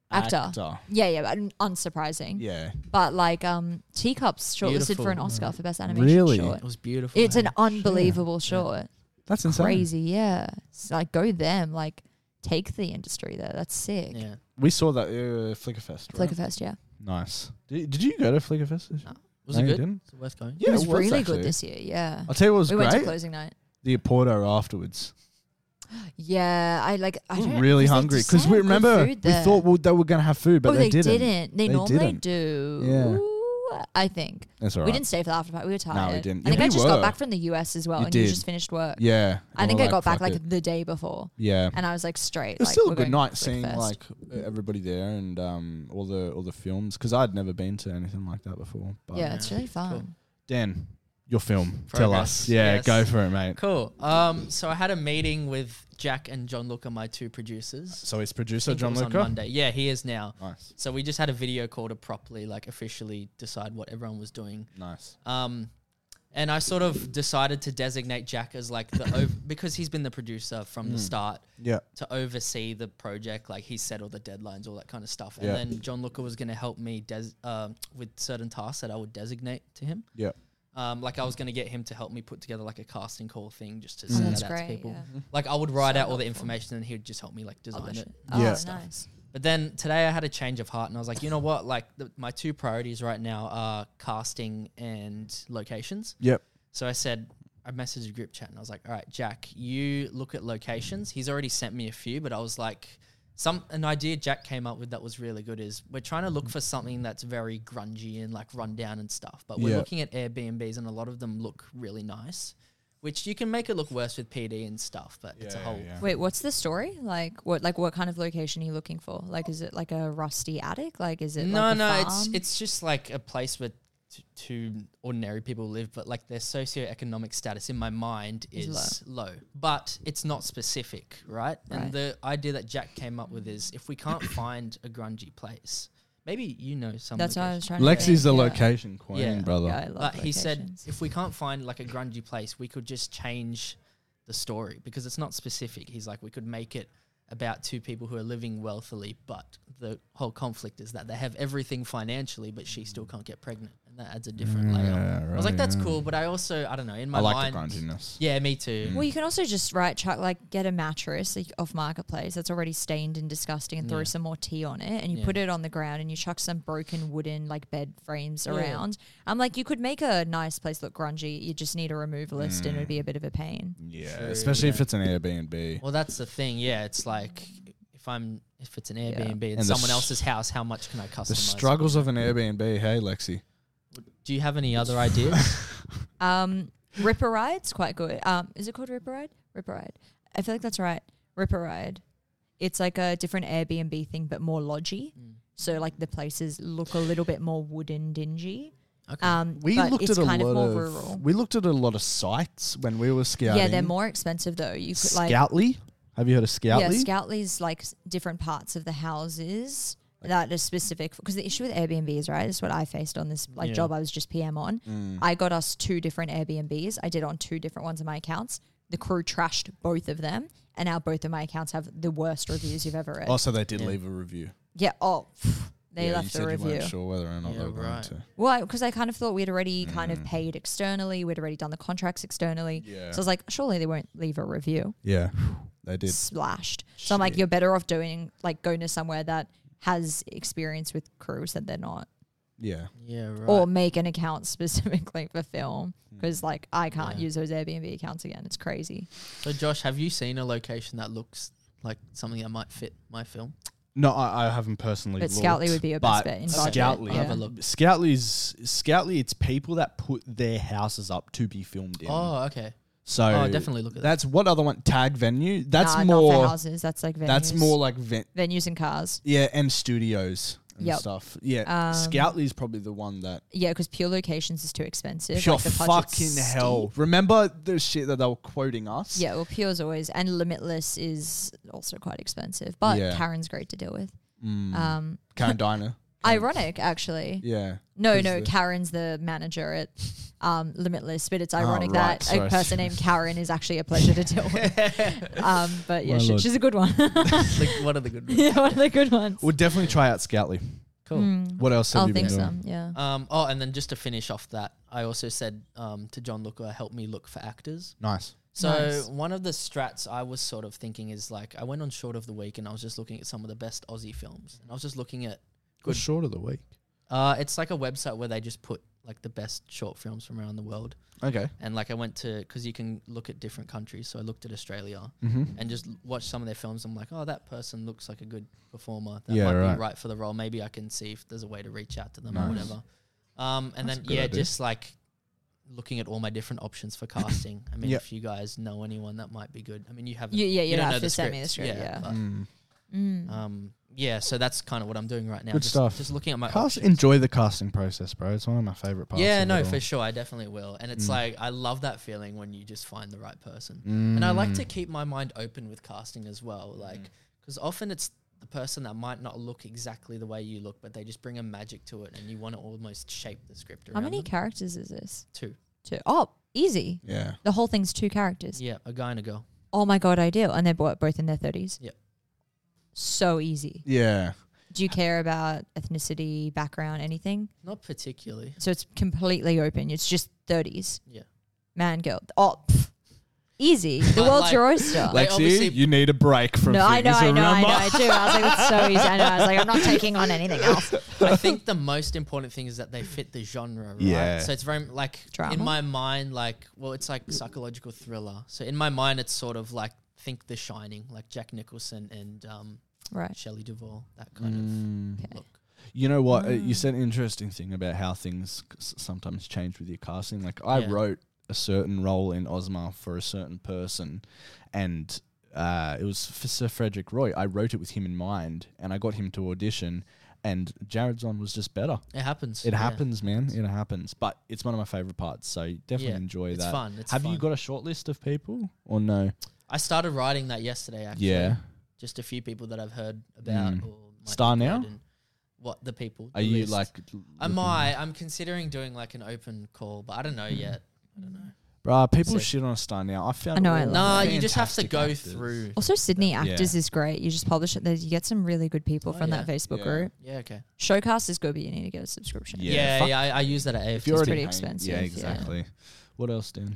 C: Actor.
A: actor?
C: Yeah, yeah, but un- unsurprising.
A: Yeah.
C: But like um teacups shortlisted for an
B: Beautiful. Oh,
C: Oscar for best animation
A: Really?
C: short.
B: It was beautiful.
C: It's an
B: man.
C: unbelievable short.
A: That's insane.
C: Crazy, yeah. It's like go them, like take the industry there. That's sick.
B: yeah. It
A: We saw that uh, Flickerfest. Right?
C: Flickerfest, yeah.
A: Nice. Did, did you go to Flickerfest? this year?
B: Was
A: No,
B: it
A: you
B: good?
A: didn't?
B: Is it worth going?
A: Yeah,
C: it was, really
A: actually.
C: good this year, yeah.
A: I'll tell you what was
C: We went to
A: great.
C: closing night.
A: The Apporto afterwards.
C: Yeah, I like. I
A: We were
C: don't,
A: really
C: 'cause they
A: hungry
C: just
A: because
C: had
A: we
C: good
A: remember
C: food
A: we
C: there.
A: thought well, they were going to have food, but
C: oh,
A: they, didn't.
C: They,
A: They
C: normally
A: didn't.
C: do.
A: Yeah.
C: I think
A: That's all
C: we
A: right.
C: didn't stay for the after party. We were tired.
A: didn't. Yeah,
C: I think I
A: we
C: just
A: were.
C: got back from the US as well,
A: You
C: and you
A: did.
C: just finished work.
A: Yeah,
C: I
A: and
C: think
A: we're
C: I got back
A: "Fuck
C: like
A: it."
C: the day before,
A: yeah.
C: and I was like straight.
A: It was
C: like,
A: still
C: we're
A: a good
C: going
A: night
C: to
A: seeing
C: Flickfest.
A: like e-, everybody there and um all the all the films because I'd never been to anything like that before. But
C: yeah, it's
B: Yeah.
C: really
B: Cool. Mm.
C: fun. Oh,
A: Dan, your film, tell
B: Progress,
A: us. Yeah,
B: yes.
A: go for it, mate.
B: Cool. Um, so I had a meeting with Jack and John Luca, my two producers.
A: So it's
B: I
A: producer
B: think it
A: John
B: was on
A: Luca.
B: Monday. Yeah, he is now.
A: Nice,
B: So we just had a video call to properly, like, officially decide what everyone was doing.
A: nice.
B: Um, and I sort of decided to designate Jack as like the ov- because he's been the producer from the start
A: Mm. Yeah,
B: to oversee the project. Like he set all the deadlines, all that kind of stuff. And
A: Yeah.
B: then John Looker was going to help me des- um with certain tasks that I would designate to him.
A: yeah.
B: Um, like I was going to get him to help me put together like a casting call thing just to
C: Oh,
B: send
C: that's
B: that out to
C: great.
B: people.
C: Yeah.
B: Like I would write
C: So
B: out all the
C: helpful.
B: information and he would just help me like design
C: Publish
B: it.
C: it. Oh,
A: Yeah.
C: nice.
B: But then today I had a change of heart and I was like, you know what? Like the, my two priorities right now are casting and locations.
A: Yep.
B: So I said, I messaged a group chat and I was like, all right, Jack, you look at locations. He's already sent me a few, but I was like, some an idea Jack came up with that was really good is we're trying to look for something that's very grungy and like rundown and stuff, but we're
A: Yeah.
B: looking at Airbnbs and a lot of them look really nice, which you can make it look worse with PD and stuff, but it's a
A: Yeah,
B: whole
A: yeah.
C: Wait, what's the story? Like, what, like, what kind of location are you looking for? Like, is it like a rusty attic? Like, is it
B: no,
C: like a
B: no, it's
C: farm?
B: it's just like a place where t- two ordinary people live, but like their socioeconomic status in my mind
C: Is
B: is, low. but it's not specific, right?
C: Right.
B: And the idea that Jack came up with is if we can't find a grungy place, maybe you know some.
C: That's what I
B: location.
C: was trying to.
A: Lexi's the
C: think, yeah.
A: location queen,
B: Yeah.
A: brother.
C: Yeah, I love
B: But he said
C: locations.
B: if we can't find like a grungy place, we could just change the story because it's not specific. He's like, we could make it about two people who are living wealthily, but the whole conflict is that they have everything financially, but she still can't get pregnant, and that adds a different layer.
A: Yeah,
B: I was like,
A: right,
B: that's
A: yeah.
B: cool, but I also, I don't know, in my
A: I like
B: mind,
A: the Mm. grunginess.
B: yeah, me too.
C: Well, you can also just write Chuck like get a mattress like, off marketplace that's already stained and disgusting, and throw
B: Yeah.
C: some more tea on it, and you
B: Yeah.
C: put it on the ground, and you chuck some broken wooden like bed frames
B: Yeah.
C: around. I'm like, you could make a nice place look grungy. You just need a removalist, and it'd be a bit of a pain.
A: Yeah,
B: True,
A: especially
B: yeah.
A: if it's an Airbnb.
B: Well, that's the thing. Yeah, it's like if I'm if it's an Airbnb,
A: And the
B: it's someone
A: s-
B: else's house. How much can I customize?
A: the
B: it?
A: struggles of an Airbnb. Hey, Lexi.
B: Do you have any other ideas?
C: Um, Ripper Ride's quite good. Um, is it called Ripper Ride? Ripper Ride. I feel like that's right. Ripper Ride. it's like a different Airbnb thing, but more lodgy.
B: Mm.
C: So like the places look a little bit more wooden, dingy.
B: Okay.
C: Um,
A: We
C: but
A: looked
C: it's
A: at a
C: kind
A: lot
C: of more
A: of
C: rural.
A: we looked at a lot of sites when we were scouting.
C: Yeah, they're more expensive though. You could like
A: Scoutly. Have you heard of Scoutly?
C: yeah, Scoutly's like s- different parts of the houses that are specific because the issue with Airbnbs, right? This is what I faced on this like
B: Yeah.
C: job I was just PM on.
A: Mm.
C: I got us two different Airbnbs. I did on two different ones of my accounts. The crew trashed both of them, and now both of my accounts have the worst reviews you've ever read.
A: oh, so they did
B: Yeah.
A: leave a review.
C: Yeah. Oh, they
A: yeah, you
C: left
A: said
C: the
A: You
C: review.
A: weren't sure whether or not
B: Yeah,
A: they were going
B: right.
A: to.
C: Well, because I kind of thought we'd already kind
A: Mm.
C: of paid externally. We'd already done the contracts externally.
A: Yeah.
C: So I was like, surely they won't leave a review.
A: Yeah, they did.
C: Splashed. So I'm like,
A: Shit.
C: you're better off doing like going to somewhere that has experience with crews that they're not,
A: Yeah,
B: yeah, right.
C: or make an account specifically for film because like I can't
B: Yeah.
C: use those Airbnb accounts again. It's crazy.
B: so, Josh, have you seen a location that looks like something that might fit my film?
A: no, I, I haven't personally.
C: But
A: looked,
C: Scoutly would be your best
A: but
C: bet in
B: Okay.
C: budget.
A: Scoutly,
B: I'll have
C: Yeah.
B: a look.
A: Scoutly's Scoutly. It's people that put their houses up to be filmed in.
B: Oh, okay.
A: so
B: Oh, definitely look at that.
A: That's what other one tag venue. That's
C: Nah, not for
A: more.
C: houses. That's like venues.
A: That's more like vent.
C: venues and cars.
A: Yeah, and studios and
C: Yep.
A: stuff. Yeah,
C: Um,
A: Scoutly's probably the one that.
C: Yeah, because pure locations is too expensive.
A: Pure
C: like the budget's
A: fucking
C: steep.
A: hell! Remember the shit that they were quoting us?
C: Yeah, well, pure's always and limitless is also quite expensive, but
A: Yeah.
C: Karen's great to deal with.
A: Mm.
C: Um,
A: Karen Diner.
C: ironic actually.
A: Yeah.
C: No,
A: Who's
C: no,
A: the-
C: Karen's the manager at um, Limitless, but it's
A: Oh,
C: ironic
A: right,
C: that
A: sorry.
C: a person named Karen is actually a pleasure to deal with. Um, but yeah,
D: My
C: she,
D: lord.
C: she's a good one.
B: Uh, Like, what are the Hmm. good ones?
C: yeah, one of the good ones.
A: We'll definitely try out Scoutly.
B: Cool.
C: Mm.
A: What else have
C: I'll
A: you been
C: think
A: doing? Uh,
C: some. Yeah.
B: Um, oh, and then just to finish off that, I also said um, to John Looker, help me look for actors.
A: Nice.
B: So
C: Nice.
B: one of the strats I was sort of thinking is like I went on short of the week and I was just looking at some of the best Aussie films and I was just looking at Good.
A: short of the week.
B: uh, it's like a website where they just put like the best short films from around the world
A: Okay.
B: and like I went to because you can look at different countries so I looked at Australia
A: Mm-hmm.
B: and just l- watched some of their films I'm like oh that person looks like a good performer that
A: Yeah,
B: might
A: right.
B: be right for the role maybe I can see if there's a way to reach out to them
A: Nice.
B: or whatever um, and
A: That's a
B: then
A: good
B: yeah
A: idea.
B: just like looking at all my different options for casting I mean
A: Yep.
B: if you guys know anyone that might be good I mean you have
C: You, yeah,
B: you
C: you'd
B: don't know
C: have
B: the
C: to send me the
B: script,
C: script. Yeah.
A: uh,
C: Yeah.
B: but,
C: Mm.
B: Um, yeah, so that's kind of what I'm doing right now.
A: Good
B: just,
A: stuff.
B: Just looking at my
A: Cast,
B: options.
A: enjoy the casting process, bro. It's one of my favorite parts.
B: Yeah,
A: of
B: no,
A: it all.
B: for sure, I definitely will. And it's
A: Mm.
B: like I love that feeling when you just find the right person.
A: Mm.
B: And I like to keep my mind open with casting as well, like
A: Mm.
B: because often it's the person that might not look exactly the way you look, but they just bring a magic to it, and you want to almost shape the script around.
C: How many
B: them.
C: characters is this?
B: Two.
C: Two. Oh, easy.
A: Yeah.
C: The whole thing's two characters.
B: Yeah, a guy and a girl.
C: Oh my god, ideal. And they're bo- both in their thirties.
B: Yep.
C: So easy.
A: Yeah.
C: Do you care about ethnicity, background, anything?
B: Not particularly.
C: So it's completely open. It's just thirties.
B: Yeah.
C: Man, girl. Oh, pff. easy. The
B: But
C: world's
B: like-
C: your oyster.
B: Like, obviously-
A: need a break from
C: no, I know,
A: things,
C: I know, I know,
A: remember?
C: I do. I was like, it's so easy. I know. I was like, I'm not taking on anything else.
B: I think the most important thing is that they fit the genre, right?
A: Yeah.
B: So it's very like
C: Drama?
B: in my mind, like well, it's like psychological thriller. So in my mind, it's sort of like think The Shining, like Jack Nicholson and um,
C: Right.
B: Shelley Duvall, that kind
A: Mm.
B: of look.
A: You know what? Uh, you
C: Mm.
A: said an interesting thing about how things c- s- sometimes change with your casting. Like I
B: Yeah.
A: wrote a certain role in Ozma for a certain person, and uh, it was for Sir Frederick Roy. I wrote it with him in mind, and I got him to audition, and Jared Zahn was just better.
B: It happens.
A: It
B: yeah.
A: happens, man. It happens. But it's one of my favorite parts, so you definitely
B: Yeah,
A: enjoy
B: It's
A: that.
B: fun. It's
A: Have you
B: fun.
A: got a short list of people or no?
B: I started writing that yesterday. Actually.
A: Yeah.
B: Just a few people that I've heard about.
A: Mm.
B: Or might
A: Star
B: have heard
A: now?
B: and What the people?
A: Are
B: the
A: you
B: list.
A: like?
B: I might. I'm considering doing like an open call, but I don't
A: Hmm.
B: know yet. I don't know.
A: Bruh, people
B: Sick.
A: shit on a star now. I found.
C: I know,
A: all
C: I love
B: Nah, you just have to
A: fantastic
B: go
A: actors.
B: through.
C: Also, Sydney
A: Yeah.
C: Actors is great. You just publish it. There. You get some really good people
B: Oh,
C: from that
B: yeah.
C: Facebook
A: Yeah.
C: group.
B: Yeah. Okay.
C: Showcast is good, but you need to get a subscription.
A: Yeah,
B: Yeah, yeah,
A: fuck.
B: I, I use that at AFT.
A: If you're
C: It's
A: already
C: pretty
A: paying-
C: expensive,
A: Yeah,
C: yeah.
A: exactly. What else, Dan?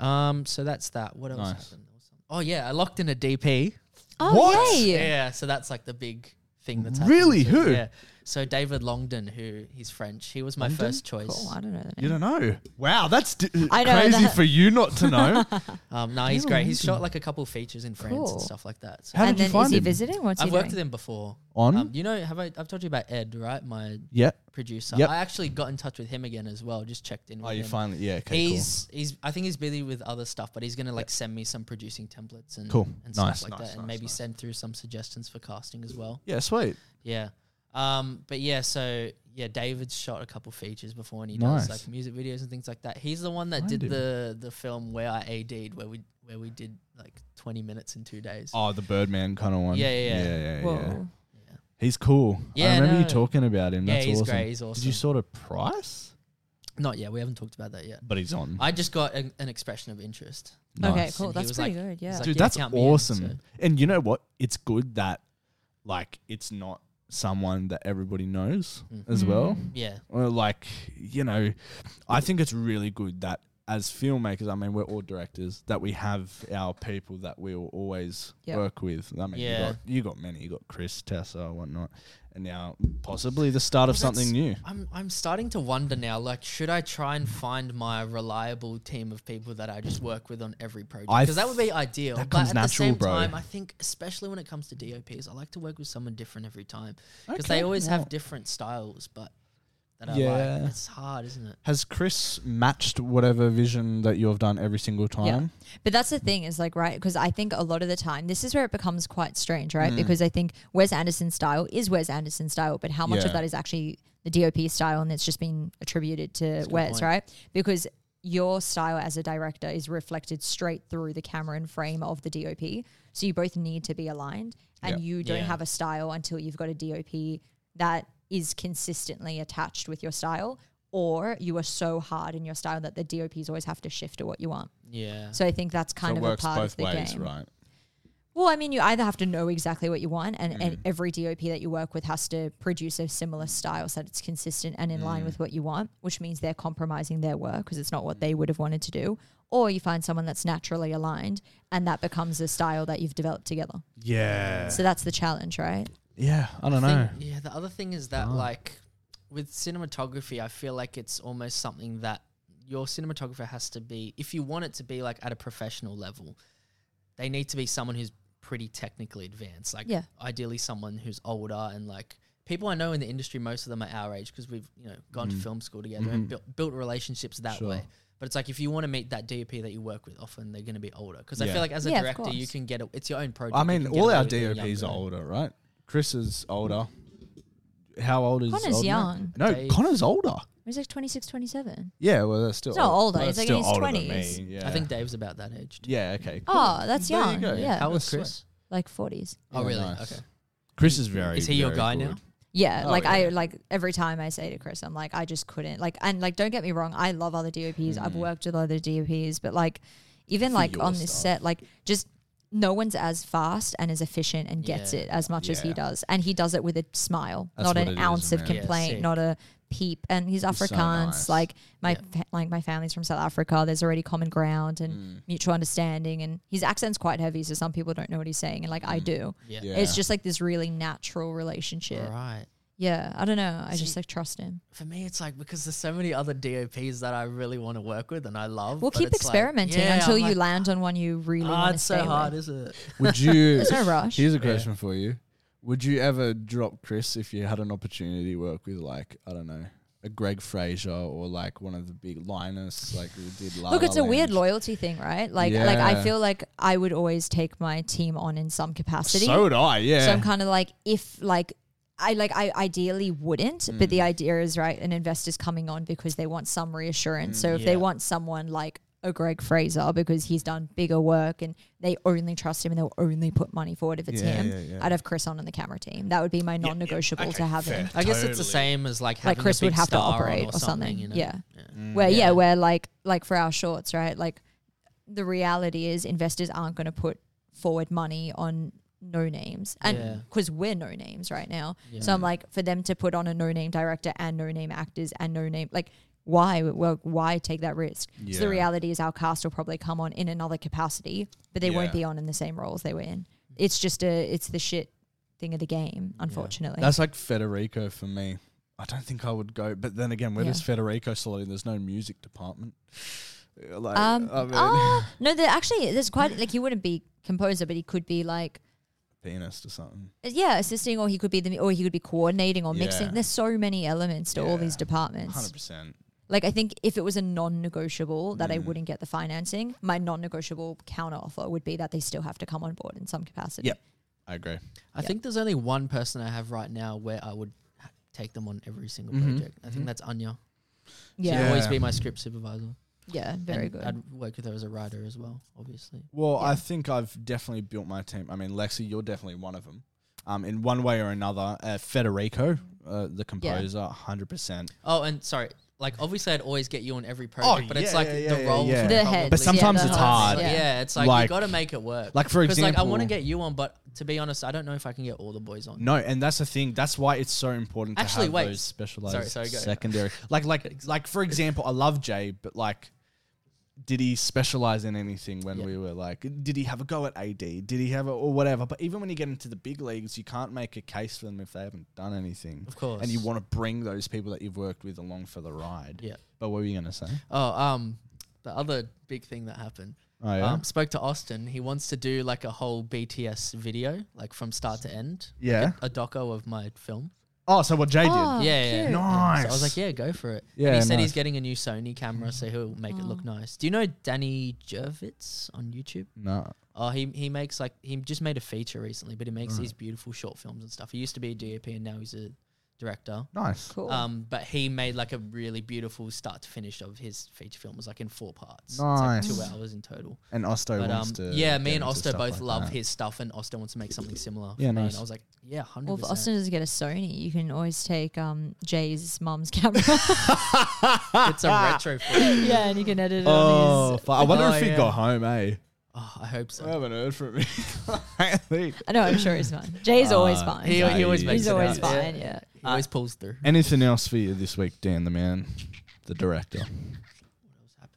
B: um, so that's that. What else
A: Nice.
B: happened? There was some- Oh yeah, I locked in a DP.
C: Oh,
A: What?
C: yay.
B: Yeah, so that's like the big thing that's
A: Really?
B: happened. So,
A: Who?
B: Yeah. So David Longdon, who he's French, he was my
A: Longdon?
B: first choice.
C: Cool. I don't know the
A: You
C: name.
A: don't know. Wow, that's d-
C: I know
A: crazy
C: that-
A: for you not to know.
B: Um, no, he's
A: David
B: great. He's
A: Longdon.
B: shot like a couple features in France
C: Cool.
B: and stuff like that. So
A: How
C: and
A: did you
C: then is
A: find
C: he
A: him?
C: visiting? What's
B: I've
C: he
B: worked
C: doing?
B: with him before.
A: On?
B: Um, you know, have I? I've told you about Ed, right? My
A: yeah.
B: producer.
A: Yep.
B: I actually got in touch with him again as well. Just checked in. With
A: Oh, you
B: him.
A: finally. Yeah. Okay.
B: he's he's I think he's busy with other stuff, but he's gonna like send me some producing templates and
A: Cool.
B: and
A: Nice,
B: stuff like
A: nice,
B: that, and
A: nice,
B: maybe
A: nice.
B: send through some suggestions for casting as well.
A: cool. Yeah. Sweet.
B: Yeah. Um, but yeah, so yeah, David's shot a couple features before, and he
A: Nice.
B: does like music videos and things like that. He's the one that
A: Find
B: did
A: him.
B: the the film where I AD'd, where we where we did like twenty minutes in two days.
A: Oh, the Birdman kind of one.
B: Yeah, yeah, yeah.
A: yeah, yeah,
C: Whoa.
A: yeah. He's cool. I
B: Yeah,
A: remember you
B: no.
A: talking about him.
B: yeah,
A: That's
B: he's
A: awesome.
B: great. He's awesome.
A: Did you sort of price?
B: Not yet. We haven't talked about that yet.
A: But he's on.
B: I just got an, an expression of interest.
C: Okay,
A: Nice.
C: cool.
B: And he
C: That's
B: was
C: pretty
B: like-
C: good. Yeah.
B: he's like,
A: Dude,
B: yeah,
A: that's
B: count me in,
A: awesome.
B: so-
A: And you know what? It's good that like it's not someone that everybody knows
B: Mm.
A: as well.
C: Mm.
B: Yeah.
A: Or like, you know, I think it's really good that as filmmakers, I mean, we're all directors, that we have our people that we'll always
C: Yep.
A: work with. I mean,
B: Yeah.
A: you, got, you got many. You got Chris, Tessa, whatnot. And now possibly the start of
B: Well,
A: something new.
B: that's- I'm I'm starting to wonder now. Like, should I try and find my reliable team of people that I just work with on every project?
A: I
B: Because that would be ideal.
A: that
B: but
A: comes
B: at
A: natural,
B: the same
A: bro.
B: time, I think, especially when it comes to DOPs, I like to work with someone different every time because
A: Okay,
B: they always
A: well.
B: have different styles. But that I like.
A: Yeah.
B: And It's hard, isn't it?
A: Has Chris matched whatever vision that you've done every single time?
C: But that's the thing is like, right? Because I think a lot of the time, this is where it becomes quite strange,
B: Mm.
C: right? Because I think Wes Anderson's style is Wes Anderson's style, but how much
A: Yeah.
C: of that is actually the DOP style and it's just been attributed to
B: a good
C: Wes,
B: point.
C: right? Because your style as a director is reflected straight through the camera and frame of the DOP. So you both need to be aligned and
A: Yeah.
C: you don't
B: Yeah.
C: have a style until you've got a DOP that is consistently attached with your style. Or you are so hard in your style that the DOPs always have to shift to what you want.
B: Yeah.
C: So I think that's kind
A: so
C: of
A: it works
C: a part
A: both
C: of the
A: ways,
C: game.
A: right?
C: Well, I mean, you either have to know exactly what you want, and, and
A: Mm.
C: every DOP that you work with has to produce a similar style so that it's consistent and in
A: Mm.
C: line with what you want, which means they're compromising their work because it's not what they would have wanted to do. Or you find someone that's naturally aligned, and that becomes a style that you've developed together.
A: Yeah.
C: So that's the challenge, right?
A: Yeah, I don't know. Oh.
B: think- yeah, the other thing is that like with cinematography, I feel like it's almost something that your cinematographer has to be if you want it to be like at a professional level, they need to be someone who's pretty technically advanced. Like
C: Yeah.
B: ideally someone who's older and like people I know in the industry, most of them are our age because we've, you know, gone to film school together and built, built relationships that
A: Mm. Mm-hmm. Sure.
B: way. But it's like if you want to meet that DOP that you work with, often they're going to be older. Because I
A: Yeah.
B: feel like as a
C: Yeah, of
B: director, you
C: course.
B: can get a, it's your own project.
A: I
B: you
A: mean,
B: can get
A: all
B: away
A: our
B: with being
A: DOPs are
B: younger.
A: older, right? Chris is older. How old is
C: Connor's
A: old now?
C: young.
A: No,
B: Dave.
A: Connor's older.
C: He's like 26, 27.
A: Yeah, well, that's still
C: He's not older,
A: well,
C: he's
A: that's
C: like in
A: still
C: his
A: older than
C: 20s.
A: me, Yeah.
B: I think Dave's about that age. too.
A: Yeah. Okay. Cool.
C: Oh, that's
A: There you
C: young.
A: go.
C: Yeah.
B: How was
A: That's
B: Chris?
C: Like 40s.
B: Oh,
A: Yeah,
B: really?
A: nice.
B: Okay.
A: Chris is very.
B: Is he your
A: very
B: guy
A: good.
B: now?
C: Yeah,
A: Oh,
C: like
A: yeah.
C: I like every time I say to Chris, I'm like, I just couldn't like, and like, don't get me wrong, I love other DOPs. I've worked with other DOPs, but like, even
A: Mm-hmm. For
C: like
A: your
C: on this
A: stuff.
C: set, like, just no one's as fast and as efficient and gets
B: Yeah.
C: it as much as he
A: Yeah.
C: does, and he does it with a smile,
A: That's
C: not
A: what
C: an
A: it is,
C: ounce of
A: man.
B: Yeah,
C: complaint,
B: sick.
C: not a peep. And he's
A: He's so
C: Afrikaans,
A: nice.
C: like my
B: Yeah.
C: fa- like my family's from South Africa. There's already common ground and
A: Mm.
C: mutual understanding, and his accent's quite heavy, so some people don't know what he's saying, and like I do.
B: Yeah.
A: Mm. Yeah.
C: It's just like this really natural relationship.
B: Right.
C: Yeah, I don't know. I just
B: See-
C: like trust him.
B: For me, it's like because there's so many other DOPs that I really want to work with and I love.
C: We'll
B: but
C: keep
B: it's like-
C: experimenting
B: Yeah,
C: until
B: I'm
C: you
B: like,
C: land on one you really
B: "Ah,
C: want to
B: it's
C: stay
B: so hard,
C: with.
B: is it?
A: Would you?
C: There's no rush.
A: Here's a question for you. Would you ever drop Chris if you had an opportunity to work with like I don't know a Greg Fraser or like one of the big Linus like we did? La
C: Look,
A: La
C: it's a weird
A: Land?
C: loyalty thing, right? Like, like I
A: Yeah.
C: feel like I would always take my team on in some capacity.
A: So would I. Yeah.
C: So I'm kind of like, if like, I like, I ideally wouldn't, but
B: Mm.
C: the idea is right. An investor's coming on because they want some reassurance. so if they
B: Mm, Yeah.
C: want someone like a Greg Fraser because he's done bigger work and they only trust him and they'll only put money forward if it's
A: Yeah,
C: him,
A: yeah, yeah.
C: I'd have Chris on on the camera team. That would be my non-negotiable to have him.
B: I guess it's the same as like having
C: like Chris
B: a big
C: would have to
B: star on
C: operate
B: or something. you know? Mm.
C: Yeah. Where yeah. where like like for our shorts, right? Like the reality is investors aren't going to put forward money on no names
B: Yeah.
C: and because we're no names right now so i'm like for them to put on a no name director and no name actors and no name like why well why take that risk so
A: Yeah.
C: the reality is our cast will probably come on in another capacity but they won't
A: Yeah.
C: be on in the same roles they were in it's just a it's the shit thing of the game, unfortunately.
A: That's like Federico for me. I don't think I would go, but then again, where does
C: Yeah.
A: Federico slot in? There's no music department. Uh, Like,
C: um,
A: I mean,
C: ah, no, there actually, there's quite like he wouldn't be composer, but he could be like,
A: pianist or something.
C: yeah, assisting, or he could be the, or he could be coordinating or mixing.
A: Yeah.
C: There's so many elements to all these
A: Yeah.
C: departments.
A: Hundred percent.
C: Like I think if it was a non-negotiable that I
A: Mm.
C: wouldn't get the financing, my non-negotiable counter offer would be that they still have to come on board in some capacity.
A: Yep. I agree.
B: I
C: Yeah.
B: think there's only one person I have right now where I would ha- take them on every single
A: Mhm.
B: project. I
A: Mhm.
B: think that's Anya.
C: Yeah.
B: She'd
C: Yeah.
A: Yeah.
B: always be my script supervisor.
C: very
B: And
C: good.
B: I'd work with her as a writer as well, obviously.
A: Well,
C: Yeah.
A: I think I've definitely built my team. I mean, Lexi, you're definitely one of them. Um, in one way or another, uh, Federico, uh, the composer, hundred percent.
B: Oh, and sorry. Like obviously, I'd always get you on every project, but it's
A: Oh, yeah,
B: like
A: yeah,
B: the
A: yeah,
B: roles.
A: yeah.
B: would
C: The
B: probably-
C: heads,
D: But sometimes
C: yeah, the
D: it's
C: heads,
D: hard.
B: Yeah. it's like, you
A: Like-
B: got to make it work.
A: Like for
B: Because
A: example,
B: like I want to get you on, but to be honest, I don't know if I can get all the boys on.
A: No, and that's the thing. That's why it's so important to
B: Actually,
A: have
B: wait.
A: those specialized
B: Sorry, sorry, go.
A: secondary. like, like, like for example, I love Jay, but like, did he specialize in anything when
B: Yeah.
A: we were like? Did he have a go at AD? Did he have a or whatever? But even when you get into the big leagues, you can't make a case for them if they haven't done anything.
B: Of course.
A: And you want to bring those people that you've worked with along for the ride.
B: Yeah.
A: But what were you gonna say?
B: Oh, um, the other big thing that happened.
A: Oh yeah.
B: Um, spoke to Austin. He wants to do like a whole BTS video, like from start to end.
A: yeah.
B: A doco of my film.
A: Oh, so what Jay
C: Oh,
A: did?
B: yeah, yeah.
C: cute.
A: Nice.
B: So I was like, yeah, go for it.
A: Yeah.
B: and he said
A: nice.
B: he's getting a new Sony camera, so he'll make it
C: Oh.
B: look nice. Do you know Danny Jervitz on YouTube?
A: no.
B: Oh, he he makes like he just made a feature recently, but he makes these beautiful short films and stuff. He used to be a DOP and now he's a director.
A: Nice.
C: Cool.
B: Um, but he made like a really beautiful start to finish of his feature film. It was like in four parts. It's like
A: Nice.
B: two hours in total.
A: And Osto
B: but um,
A: wants to.
B: yeah, me
A: get
B: and
A: into
B: Oster
A: stuff
B: both
A: like
B: love
A: that.
B: his stuff, and Oster wants to make something
A: Yeah,
B: similar. for me. And
A: nice.
B: I was like, yeah, hundred
C: well, if
B: percent.
C: Austin doesn't get a Sony, you can always take um, Jay's mum's camera.
B: It's a retro. film.
C: yeah, and you can edit it on
A: Oh,
C: his.
A: fu- I wonder
B: Oh,
A: if he
B: yeah.
A: got home, eh?
B: Oh, I hope
A: I
B: so.
A: haven't heard from him.
C: I know, I'm sure he's fine. Jay's always
A: Uh,
C: fine.
B: He, he always
A: He's
B: makes
C: he's
B: it
C: always
B: out.
C: fine. Yeah.
B: He always pulls through.
A: Anything else for you this week, Dan, the man, the director,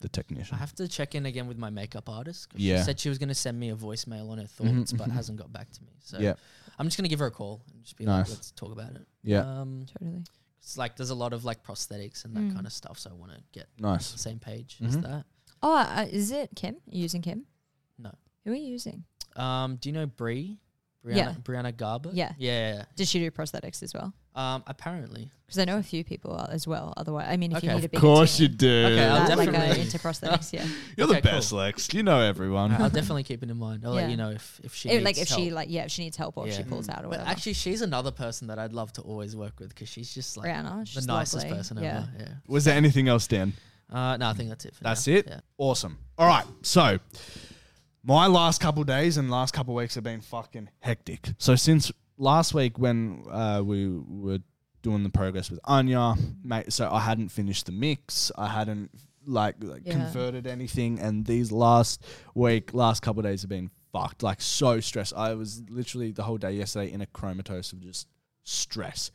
A: the technician?
B: I have to check in again with my makeup artist. 'cause
A: Yeah. Mm-hmm,
B: She said she was going to send me a voicemail on her thoughts, but hasn't got back to me. So
A: Yeah.
B: I'm just going to give her a call and just be
A: Nice.
B: like, let's talk about it.
A: Yeah.
B: Um,
C: Totally.
B: it's like there's a lot of like prosthetics and that
C: Mm.
B: kind of stuff. So I want to get to
A: Nice.
B: the same page as
A: Mhm.
B: that.
C: Oh, uh, is it Kim? You using Kim?
B: No.
C: Who are you using?
B: Um, do you know Brie? Brianna,
C: Yeah.
B: Brianna Garber?
C: Yeah.
B: Yeah.
C: Does she do prosthetics as well?
B: Um, apparently.
C: Because I know a few people are as well. Otherwise, I mean, if you
B: Okay.
C: need a bigger team,
A: do.
B: Okay, I'll
C: that, like, uh,
B: definitely-
C: into prosthetics, yeah.
A: You're
B: Okay,
A: the best, Lex. You know everyone.
B: I'll definitely keep it in mind. I'll
C: Yeah.
B: let you know if, if she
C: It- like if
B: needs
C: she
B: help.
C: like yeah, if she needs help or if she
B: Yeah.
C: pulls out or
B: But
C: whatever.
B: actually, she's another person that I'd love to always work with because she's just like
C: Brianna,
B: the
C: she's
B: nicest
C: lovely,
B: person
C: yeah.
B: ever. Yeah.
A: Was there anything else, Dan?
B: Uh, no, I think that's it. For
A: That's
B: now.
A: it?
B: Yeah.
A: Awesome. All right. So, my last couple days and last couple weeks have been fucking hectic. So, since last week when uh, we were doing the progress with Anya, mate, so I hadn't finished the mix. I hadn't like, like
C: Yeah.
A: converted anything. And these last week, last couple days have been fucked. Like, so stressed. I was literally the whole day yesterday in a comatose of just stress.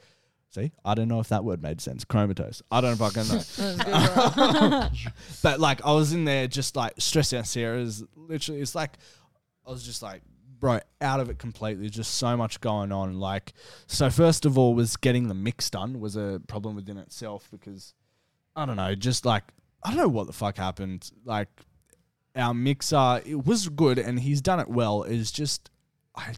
A: See, I don't know if that word made sense. Comatose. I don't fucking know. but like I was in there just like stressed out Sarah's literally it's like I was just like bro out of it completely just so much going on like so first of all was getting the mix done was a problem within itself because I don't know just like I don't know what the fuck happened like our mixer it was good and he's done it well it's just I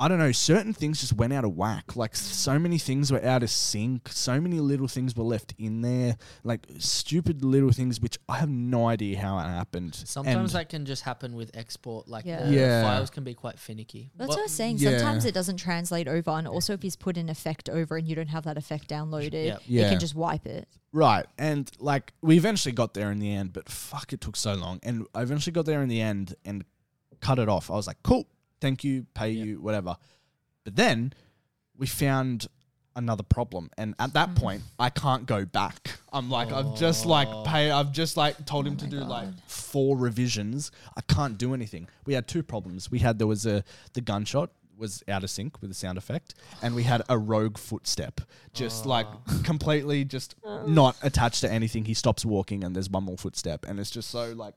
A: I don't know, certain things just went out of whack. Like so many things were out of sync. So many little things were left in there. Like stupid little things which I have no idea how it happened.
B: Sometimes
A: And-
B: that can just happen with export. Like
C: Yeah.
B: the
A: Yeah.
B: files can be quite finicky.
C: That's
B: Well,
C: what I was saying.
A: yeah.
C: Sometimes it doesn't translate over, and also if he's put an effect over and you don't have that effect downloaded,
B: Yep.
C: you
A: Yeah.
C: can just wipe it.
A: Right. And like we eventually got there in the end, but fuck it took so long. And I eventually got there in the end and cut it off. I was like, cool, thank you, pay you, whatever. But then we found another problem. And at that point, I can't go back. I'm like, I've just like pay I've just like told him to do like four revisions. I can't do anything. We had two problems. We had there was a the gunshot was out of sync with the sound effect and we had a rogue footstep just like completely just not attached to anything he stops walking and there's one more footstep and it's just so like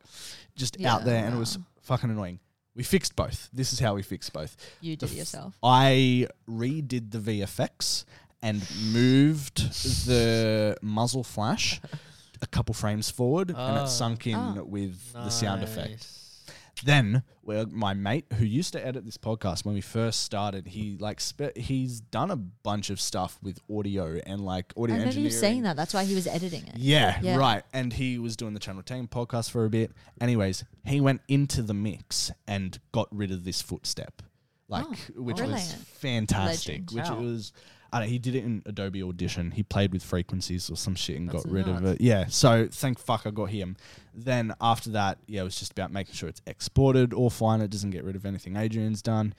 A: just out
C: Yeah,
A: there and it
C: wow.
A: was fucking annoying We fixed both. This is how we fixed both.
C: You
A: The
C: did it
A: f-
C: yourself.
A: I redid the VFX and moved the muzzle flash a couple frames forward, and
B: Oh.
A: it sunk in
C: Oh.
A: with the sound effect.
B: Nice.
A: Then, well, my mate who used to edit this podcast when we first started, he like spe- he's done a bunch of stuff with audio and like
C: I
A: audio
C: remember you
A: engineering.
C: saying that. That's why he was editing it.
A: Yeah,
C: Yeah.
A: right. And he was doing the Channel 10 podcast for a bit. Anyways, he went into the mix and got rid of this footstep, like
C: Oh,
A: which was
C: brilliant.
A: fantastic.
C: Legend.
A: Which
B: Wow.
A: was, I don't, he did it in Adobe Audition. He played with frequencies or some shit and
B: That's
A: got rid of
B: nuts.
A: it. Yeah. So thank fuck I got him. Then after that, yeah, it was just about making sure it's exported all fine. It doesn't get rid of anything Adrian's done.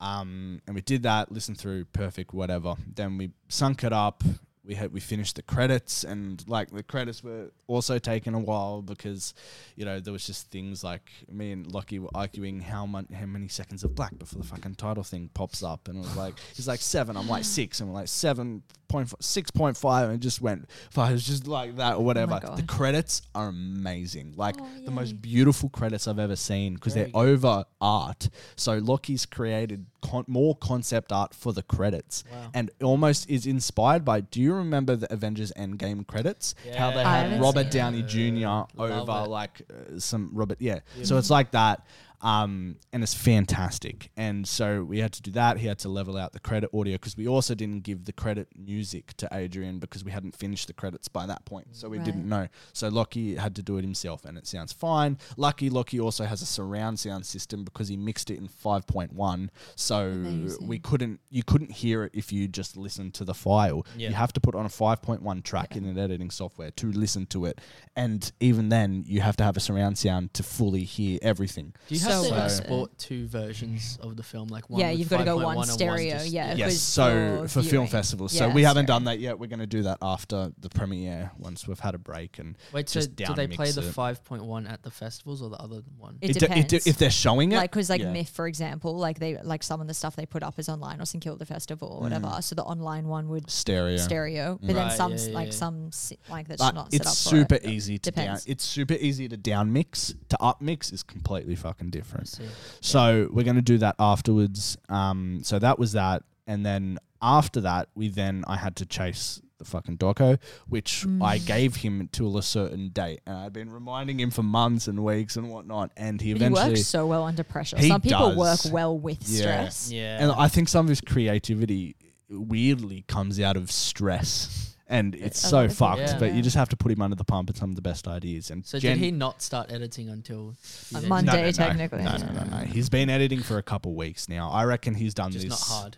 A: Um, and we did that, listened through, perfect, whatever. Then we sunk it up. We had we finished the credits, and like the credits were also taking a while because, you know, there was just things like me and Lockie were arguing how much how many seconds of black before the fucking title thing pops up, and it was like he's like seven, I'm like six, and we're like seven point six point five, and it just went five, it was just like that or whatever. the
C: God.
A: credits are amazing, like
C: Oh,
A: the most
C: yay.
A: beautiful credits I've ever seen because they're
B: Very good.
A: over art. So Lockie's created con- more concept art for the credits
B: Wow.
A: and almost is inspired by. Do you remember the Avengers Endgame credits? How they
B: Yeah.
C: I
A: had
C: haven't
A: Robert
C: seen
A: Downey Jr.
B: Love
A: over
B: it.
A: like uh, some Robert, yeah. So it's like that. Um, and it's fantastic. And so we had to do that. He had to level out the credit audio because we also didn't give the credit music to Adrian because we hadn't finished the credits by that point. So we
C: Right.
A: didn't know. So Lockie had to do it himself and it sounds fine. Lucky Lockie also has a surround sound system because he mixed it in 5.1. So
C: Amazing.
A: we couldn't, you couldn't hear it if you just listened to the file.
B: Yeah.
A: You have to put on a 5.1 track in an editing software to listen to it. And even then, you have to have a surround sound to fully hear everything.
B: Do you have
C: So
B: to
A: well.
B: export two versions of the film? Like one
C: Yeah,
B: with
C: you've gotta go
B: 5.1
C: one
B: and
C: stereo,
B: just-
C: yeah. It
A: yes,
C: was
A: so for
C: for
A: film
C: viewing.
A: festivals. so
C: Yeah,
A: we haven't
C: sorry.
A: done that yet. We're going to do that after the premiere once we've had a break. And
B: Wait, so
A: Just
B: do they
A: downmix
B: play the
A: it.
B: 5.1 at the festivals or the other one?
C: It,
A: d-
C: depends.
A: d- if they're showing it,
C: like because like
A: yeah.
C: myth for example like they like some of the stuff they put up is online or st kilda festival or whatever
A: Mm.
C: so the online one would
A: stereo.
C: stereo but then
B: Right,
C: some
B: yeah,
C: s
B: yeah,
C: like
B: yeah.
C: some si- like that's
A: But
C: not set
A: it's
C: up for
A: super
C: it.
A: easy to down,
C: Depends.
A: it's super easy to down mix to up mix is completely fucking different.
B: See.
A: So we're going to do that afterwards. Um, so that was that, and then after that, we then I had to chase the fucking doco, which
B: Mm.
A: I gave him till a certain date, and I've been reminding him for months and weeks and whatnot, and he
C: But he
A: eventually.
C: works so well under pressure
A: He
C: some people
A: does.
C: work well with
A: Yeah.
C: stress
B: Yeah.
A: and I think some of his creativity weirdly comes out of stress. And it's
B: Oh,
C: a lot
A: so
C: of it
A: fucked,
B: does,
A: but
C: yeah.
A: you just have to put him under the pump and some of the best ideas. And
B: so
A: Jen-
B: did he not start editing until
C: On
B: then?
C: Monday? technically.
A: No, no, no, no. He's been editing for a couple weeks now. I reckon he's done
B: Just
A: this.
B: not hard.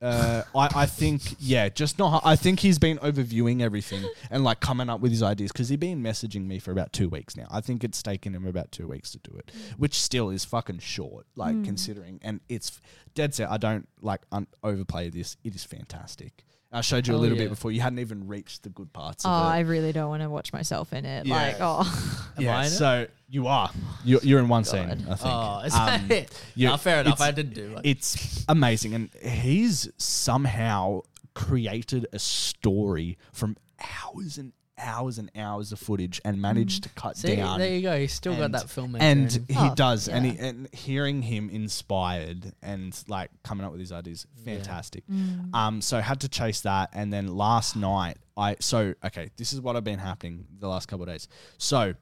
A: Uh, I, I think, yeah, just not. hard. I think he's been overviewing everything and like coming up with his ideas because he's been messaging me for about two weeks now. I think it's taken him about two weeks to do it,
B: Mm.
A: which still is fucking short, like considering. And it's dead set. I don't like un- overplay this. It is fantastic. I showed you a
B: Hell
A: little bit
B: Oh, yeah.
A: before. You hadn't even reached the good parts.
C: oh
A: of it.
C: i really don't want to watch myself in it
A: Yeah.
C: like oh
B: Am I in it?
A: so you are. You're, you're in one scene, I think.
B: Oh, is
A: Um,
B: that it?
A: yeah,
B: Nah, fair enough.
A: it's-
B: I didn't do it.
A: It's amazing. And he's somehow created a story from hours and hours and hours of footage and managed to cut
B: See,
A: down.
B: there you go. He's still
A: and-
B: got that filmmaker.
A: and
B: in him.
A: he
C: Oh,
A: does, and,
C: yeah.
A: he, and hearing him inspired and like coming up with his ideas, fantastic.
C: Mm.
A: Um, so had to chase that, and then last night I so okay, this is what I've been happening the last couple of days. So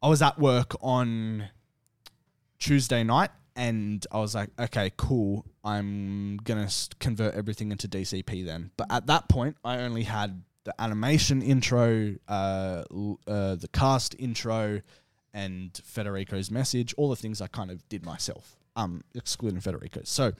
A: I was at work on Tuesday night and I was like, okay, cool. I'm going to convert everything into DCP then. But at that point, I only had the animation intro, uh, l- uh, the cast intro, and Federico's message, all the things I kind of did myself, um, excluding Federico. So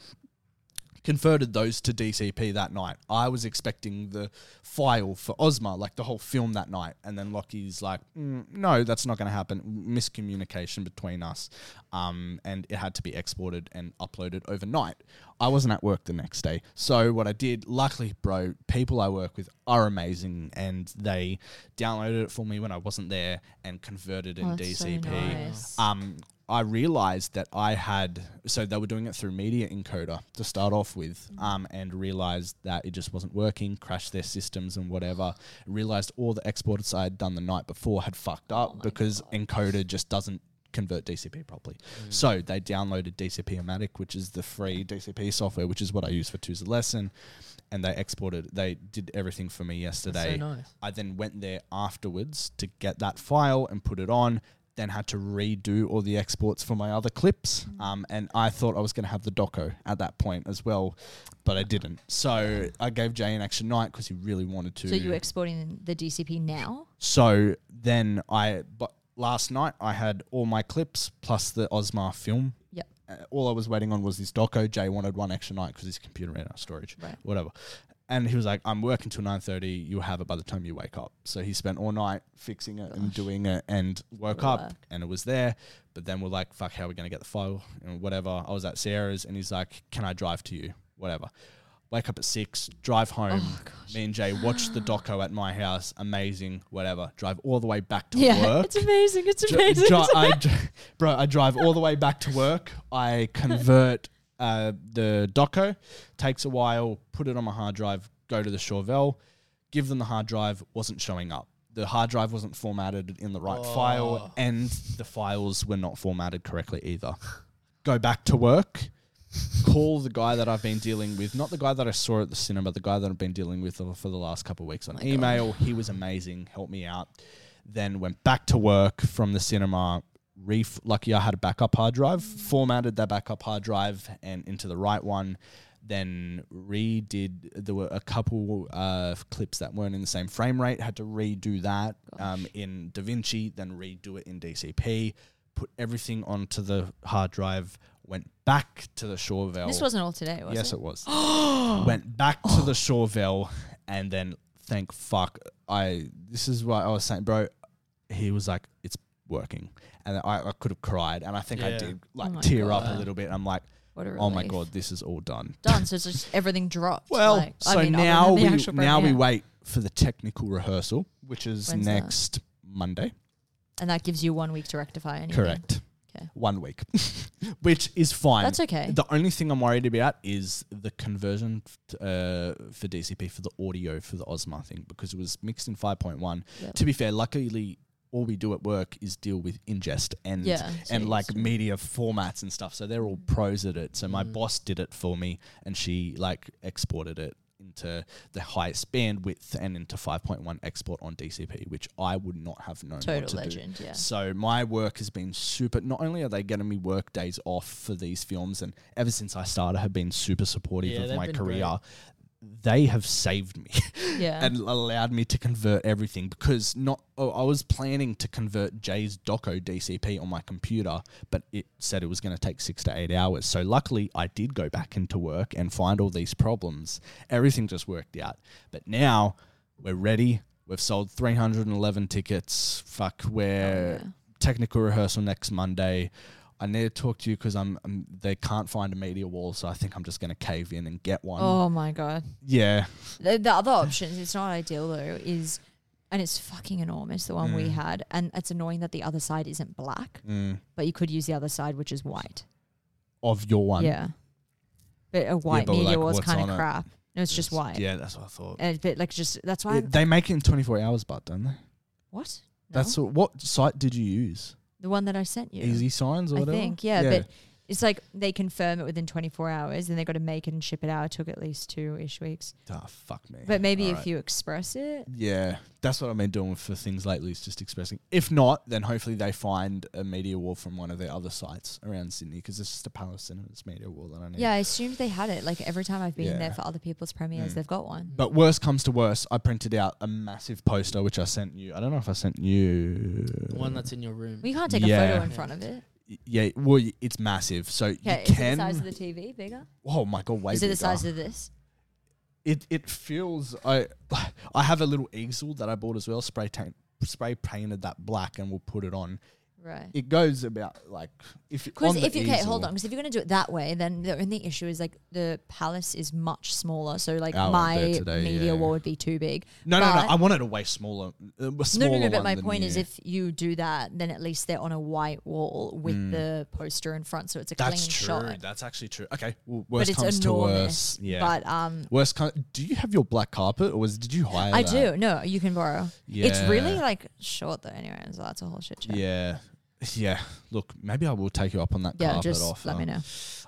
A: converted those to DCP that night. I was expecting the file for Ozma, like the whole film that night. And then Lockie's like, "Mm, no, that's not going to happen. Miscommunication between us. Um, and it had to be exported and uploaded overnight. I wasn't at work the next day. So what I did, luckily, bro, people I work with are amazing and they downloaded it for me when I wasn't there and converted it
C: Oh,
A: in
C: that's so
A: DCP
C: nice.
A: um, I realized that I had so they were doing it through media encoder to start off with, um, and realized that it just wasn't working, crashed their systems and whatever. Realized all the exports I had done the night before had fucked up because encoder just doesn't convert DCP properly.
B: Mm.
A: So they downloaded DCP-O-Matic, which is the free DCP software, which is what I use for Tuesday lesson. And they exported, they did everything for me yesterday.
B: so nice.
A: I then went there afterwards to get that file and put it on. Then had to redo all the exports for my other clips, um, and I thought I was going to have the doco at that point as well, but I didn't. So I gave Jay an extra night because he really wanted to.
C: So you're exporting the DCP now?
A: So then I, but last night I had all my clips plus the Osmar film.
C: Yep.
A: Uh, all I was waiting on was this doco. Jay wanted one extra night because his computer ran out of storage,
C: Right.
A: whatever. And he was like, "I'm working till nine thirty. You'll have it by the time you wake up." So he spent all night fixing it and doing it, and woke up
C: Work.
A: and it was there. But then we're like, "Fuck, how are we gonna get the file?" And whatever. I was at Sarah's, and he's like, "Can I drive to you?" Whatever. Wake up at six, drive
C: Oh
A: home. Me and Jay watch the doco at my house. Amazing, whatever. Drive all the way back to
C: Yeah,
A: work. oh.
C: it's amazing. It's
A: Dri-
C: amazing.
A: dri- I dr- bro, I drive all the way back to work. I convert uh, the doco. Takes a while. Put it on my hard drive. Go to the Chauvel. Give them the hard drive. Wasn't showing up. The hard drive wasn't formatted in the right
C: Oh.
A: file, and the files were not formatted correctly either. Go back to work. Call the guy that I've been dealing with, not the guy that I saw at the cinema, the guy that I've been dealing with for the last couple of weeks on email. He was amazing, helped me out then went back to work from the cinema. Reef, lucky I had a backup hard drive, formatted that backup hard drive and into the right one. Then redid. There were a couple uh, clips that weren't in the same frame rate. Had to redo that um, in DaVinci, then redo it in DCP. Put everything onto the hard drive. Went back to the Shawvell.
C: this wasn't all today, was
A: Yes,
C: it?
A: it was. Went back to the Shawville, and then thank fuck, I. This is what I was saying, bro. He was like, "It's working," and I, I could have cried, and I think I
D: Yeah.
A: did,
C: Oh my
A: like tear up a
B: God.
A: little bit. I'm like,
C: What a
A: "Oh my
C: relief.
A: god, this is all done."
C: Done. So it's just everything dropped.
A: Well,
C: like, I
A: so
C: mean, other
A: now
C: than the
A: we
C: actual
A: now
C: program,
A: we
C: yeah.
A: wait for the technical rehearsal, which is
C: When's that?
A: next Monday.
C: And that gives you one week to rectify anything.
A: Correct.
C: Okay.
A: One week, which is fine.
C: That's okay.
A: The only thing I'm worried about is the conversion f- uh, for DCP for the audio for the Osma thing because it was mixed in 5.1.
C: Yep.
A: To be fair, luckily, all we do at work is deal with ingest and
C: Yeah, so
A: and
C: you
A: like
C: sort of-
A: media formats and stuff. So they're all pros at it. So my
C: Mm.
A: boss did it for me, and she like exported it into the highest bandwidth and into 5.1 export on DCP, which I would not have known what to
C: Total
A: do.
C: legend, yeah.
A: So my work has been super. Not only are they getting me work days off for these films, and ever since I started, have been super supportive
B: Yeah,
A: of
B: they've
A: my
B: been
A: career. They have saved me
C: Yeah.
A: and allowed me to convert everything because not. Oh, I was planning to convert Jay's Doco DCP on my computer, but it said it was going to take six to eight hours. So luckily, I did go back into work and find all these problems. Everything just worked out. But now we're ready. We've sold 311 tickets. Fuck, we're
C: Oh, yeah.
A: technical rehearsal next Monday. I need to talk to you because I'm, I'm. They can't find a media wall, so I think I'm just going to cave in and get one.
C: oh my god.
A: Yeah,
C: The, the other options, it's not ideal though, is and it's fucking enormous the one we
A: Mm.
C: had, and it's annoying that the other side isn't black, but you could use the other side which is white.
A: of your one.
C: Yeah, but a white
A: but,
C: media
A: like,
C: was
A: what's
C: kind
A: on it?
C: of crap. No, it's just white.
A: Yeah, that's what I thought.
C: And but like just that's why
A: Yeah,
C: I'm-
A: they make it in 24 hours, but don't they?
C: what? No?
A: That's what, what site did you use?
C: the one that I sent you.
A: Easy Signs or
C: I
A: whatever.
C: think yeah, but it's like they confirm it within 24 hours, and they got to make it and ship it out. It took at least two ish weeks.
A: Ah, fuck me.
C: But maybe if
A: Alright.
C: you express it,
A: Yeah, that's what I've been doing for things lately. Is just expressing. If not, then hopefully they find a media wall from one of their other sites around Sydney because it's just a Palace Cinemas media wall that I need.
C: yeah, I assumed they had it. Like every time I've been
A: Mm.
C: there
A: Yeah.
C: for other people's premieres,
A: Mm.
C: they've got one.
A: But worst comes to worst, I printed out a massive poster which I sent you. I don't know if I sent you.
B: The one that's in your room.
C: We can't take a
A: Yeah.
C: photo in front of it.
A: Y- Yeah, well, y- it's massive. So
C: Okay,
A: you
C: is it the
A: can.
C: size of the TV bigger?
A: oh my god, way
C: is it
A: bigger.
C: the size of this?
A: it it feels I I have a little easel that I bought as well, spray paint spray painted that black and we'll put it on.
C: Right.
A: It goes about like if
C: Because
A: on the
C: if you okay, hold
A: easel-
C: on. Because if you're gonna do it that way, then the only issue is like the palace is much smaller. So like
A: Our one
C: my
A: there Oh, today,
C: media
A: yeah.
C: wall would be too big.
A: No, no, no.
C: But-
A: I wanted a way smaller, uh, a
C: No,
A: smaller
C: no, no. But
A: one
C: my
A: than
C: point is,
A: you.
C: if you do that, then at least they're on a white wall with the poster in front, so it's a
A: Mm. that's
C: clean
A: true,
C: shot.
A: that's actually true. Okay, well, worst
C: But it's
A: comes to
C: enormous.
A: worst. Yeah,
C: But um,
A: worst. Com- do you have your black carpet, or was did you hire?
C: I
A: that?
C: do. No, you can borrow. It's really
A: Yeah.
C: like short though. Anyway, so that's a whole shit show.
A: Yeah, yeah, look, maybe I will take you up on that
C: Yeah,
A: carpet
C: just
A: offer.
C: let me know.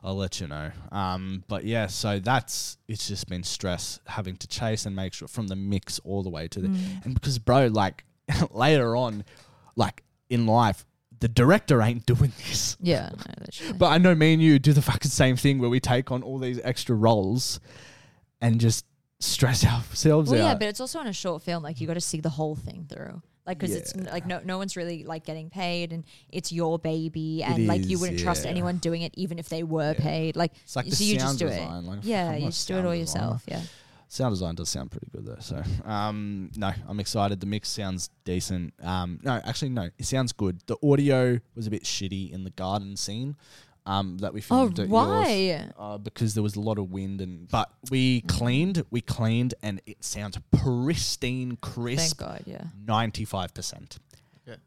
A: I'll let you know. Um, but yeah, so that's it's just been stress having to chase and make sure from the mix all the way to
C: Mm.
A: the and because bro, like later on, like in life, the director ain't doing this.
C: Yeah, no, literally.
A: But I know me and you do the fucking same thing where we take on all these extra roles and just stress ourselves out.
C: well, yeah, but it's also on a short film. Like you got to see the whole thing through. Like, because it's n- like no, no one's really like getting paid, and it's your baby, and like you
A: is,
C: wouldn't trust
A: yeah.
C: anyone doing it, even if they were
A: Yeah.
C: paid. Like,
A: it's like the
C: so you
A: sound
C: just do it.
A: design. Like,
C: Yeah,
A: I'm
C: you
A: not a
C: just do it
A: sound
C: all
A: designer.
C: yourself. Yeah,
A: Sound design does sound pretty good though. So, um, no, I'm excited. The mix sounds decent. Um, no, actually, no, it sounds good. The audio was a bit shitty in the garden scene. Um, that we
C: Oh,
A: filmed. at yours,
C: why?
A: Uh, because there was a lot of wind and. But we cleaned, we cleaned, and it sounds pristine,
C: Thank
A: crisp,
C: God. Yeah,
A: ninety-five percent.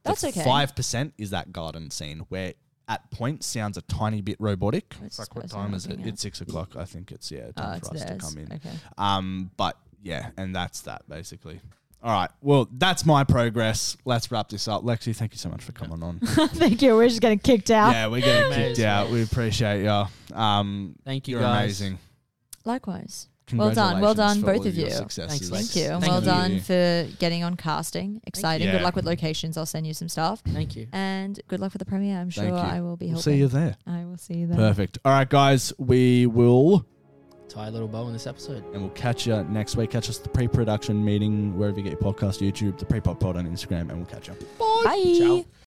C: that's okay.
A: Five percent is that garden scene where at point sounds a tiny bit robotic.
C: It's
A: Like what
C: supposed to
A: time is it?
C: happen, yeah.
A: It's six o'clock. I think it's yeah
C: Oh,
A: time
C: it's
A: for us
C: theirs.
A: to come in.
C: Okay.
A: Um, but yeah, and that's that basically. All right. Well, that's my progress. Let's wrap this up. Lexi, thank you so much for coming on.
C: Thank you. We're just getting kicked out.
A: yeah, we're getting kicked
B: Amazing.
A: out. We appreciate you. Um,
B: Thank you
A: you're
B: guys.
A: amazing.
C: Likewise. Well done,
A: Congratulations
C: well done,
A: for
C: both
A: all
C: of
A: your
C: you.
A: successes.
B: Thanks,
C: Thank you.
B: Thank
C: well
B: you.
C: done for getting on casting. Exciting.
A: Yeah.
C: Good luck with locations. I'll send you some stuff.
B: Thank you.
C: And good luck with the premiere. I'm sure
A: Thank you.
C: I will be
A: We'll
C: helping.
A: see you there.
C: I will see you there.
A: Perfect. All right, guys. We will.
B: Tie a little bow in this episode.
A: and we'll catch you next week. Catch us at the pre-production meeting wherever you get your podcast, YouTube, the pre-pop pod on Instagram, and we'll catch you.
C: Bye.
B: Ciao.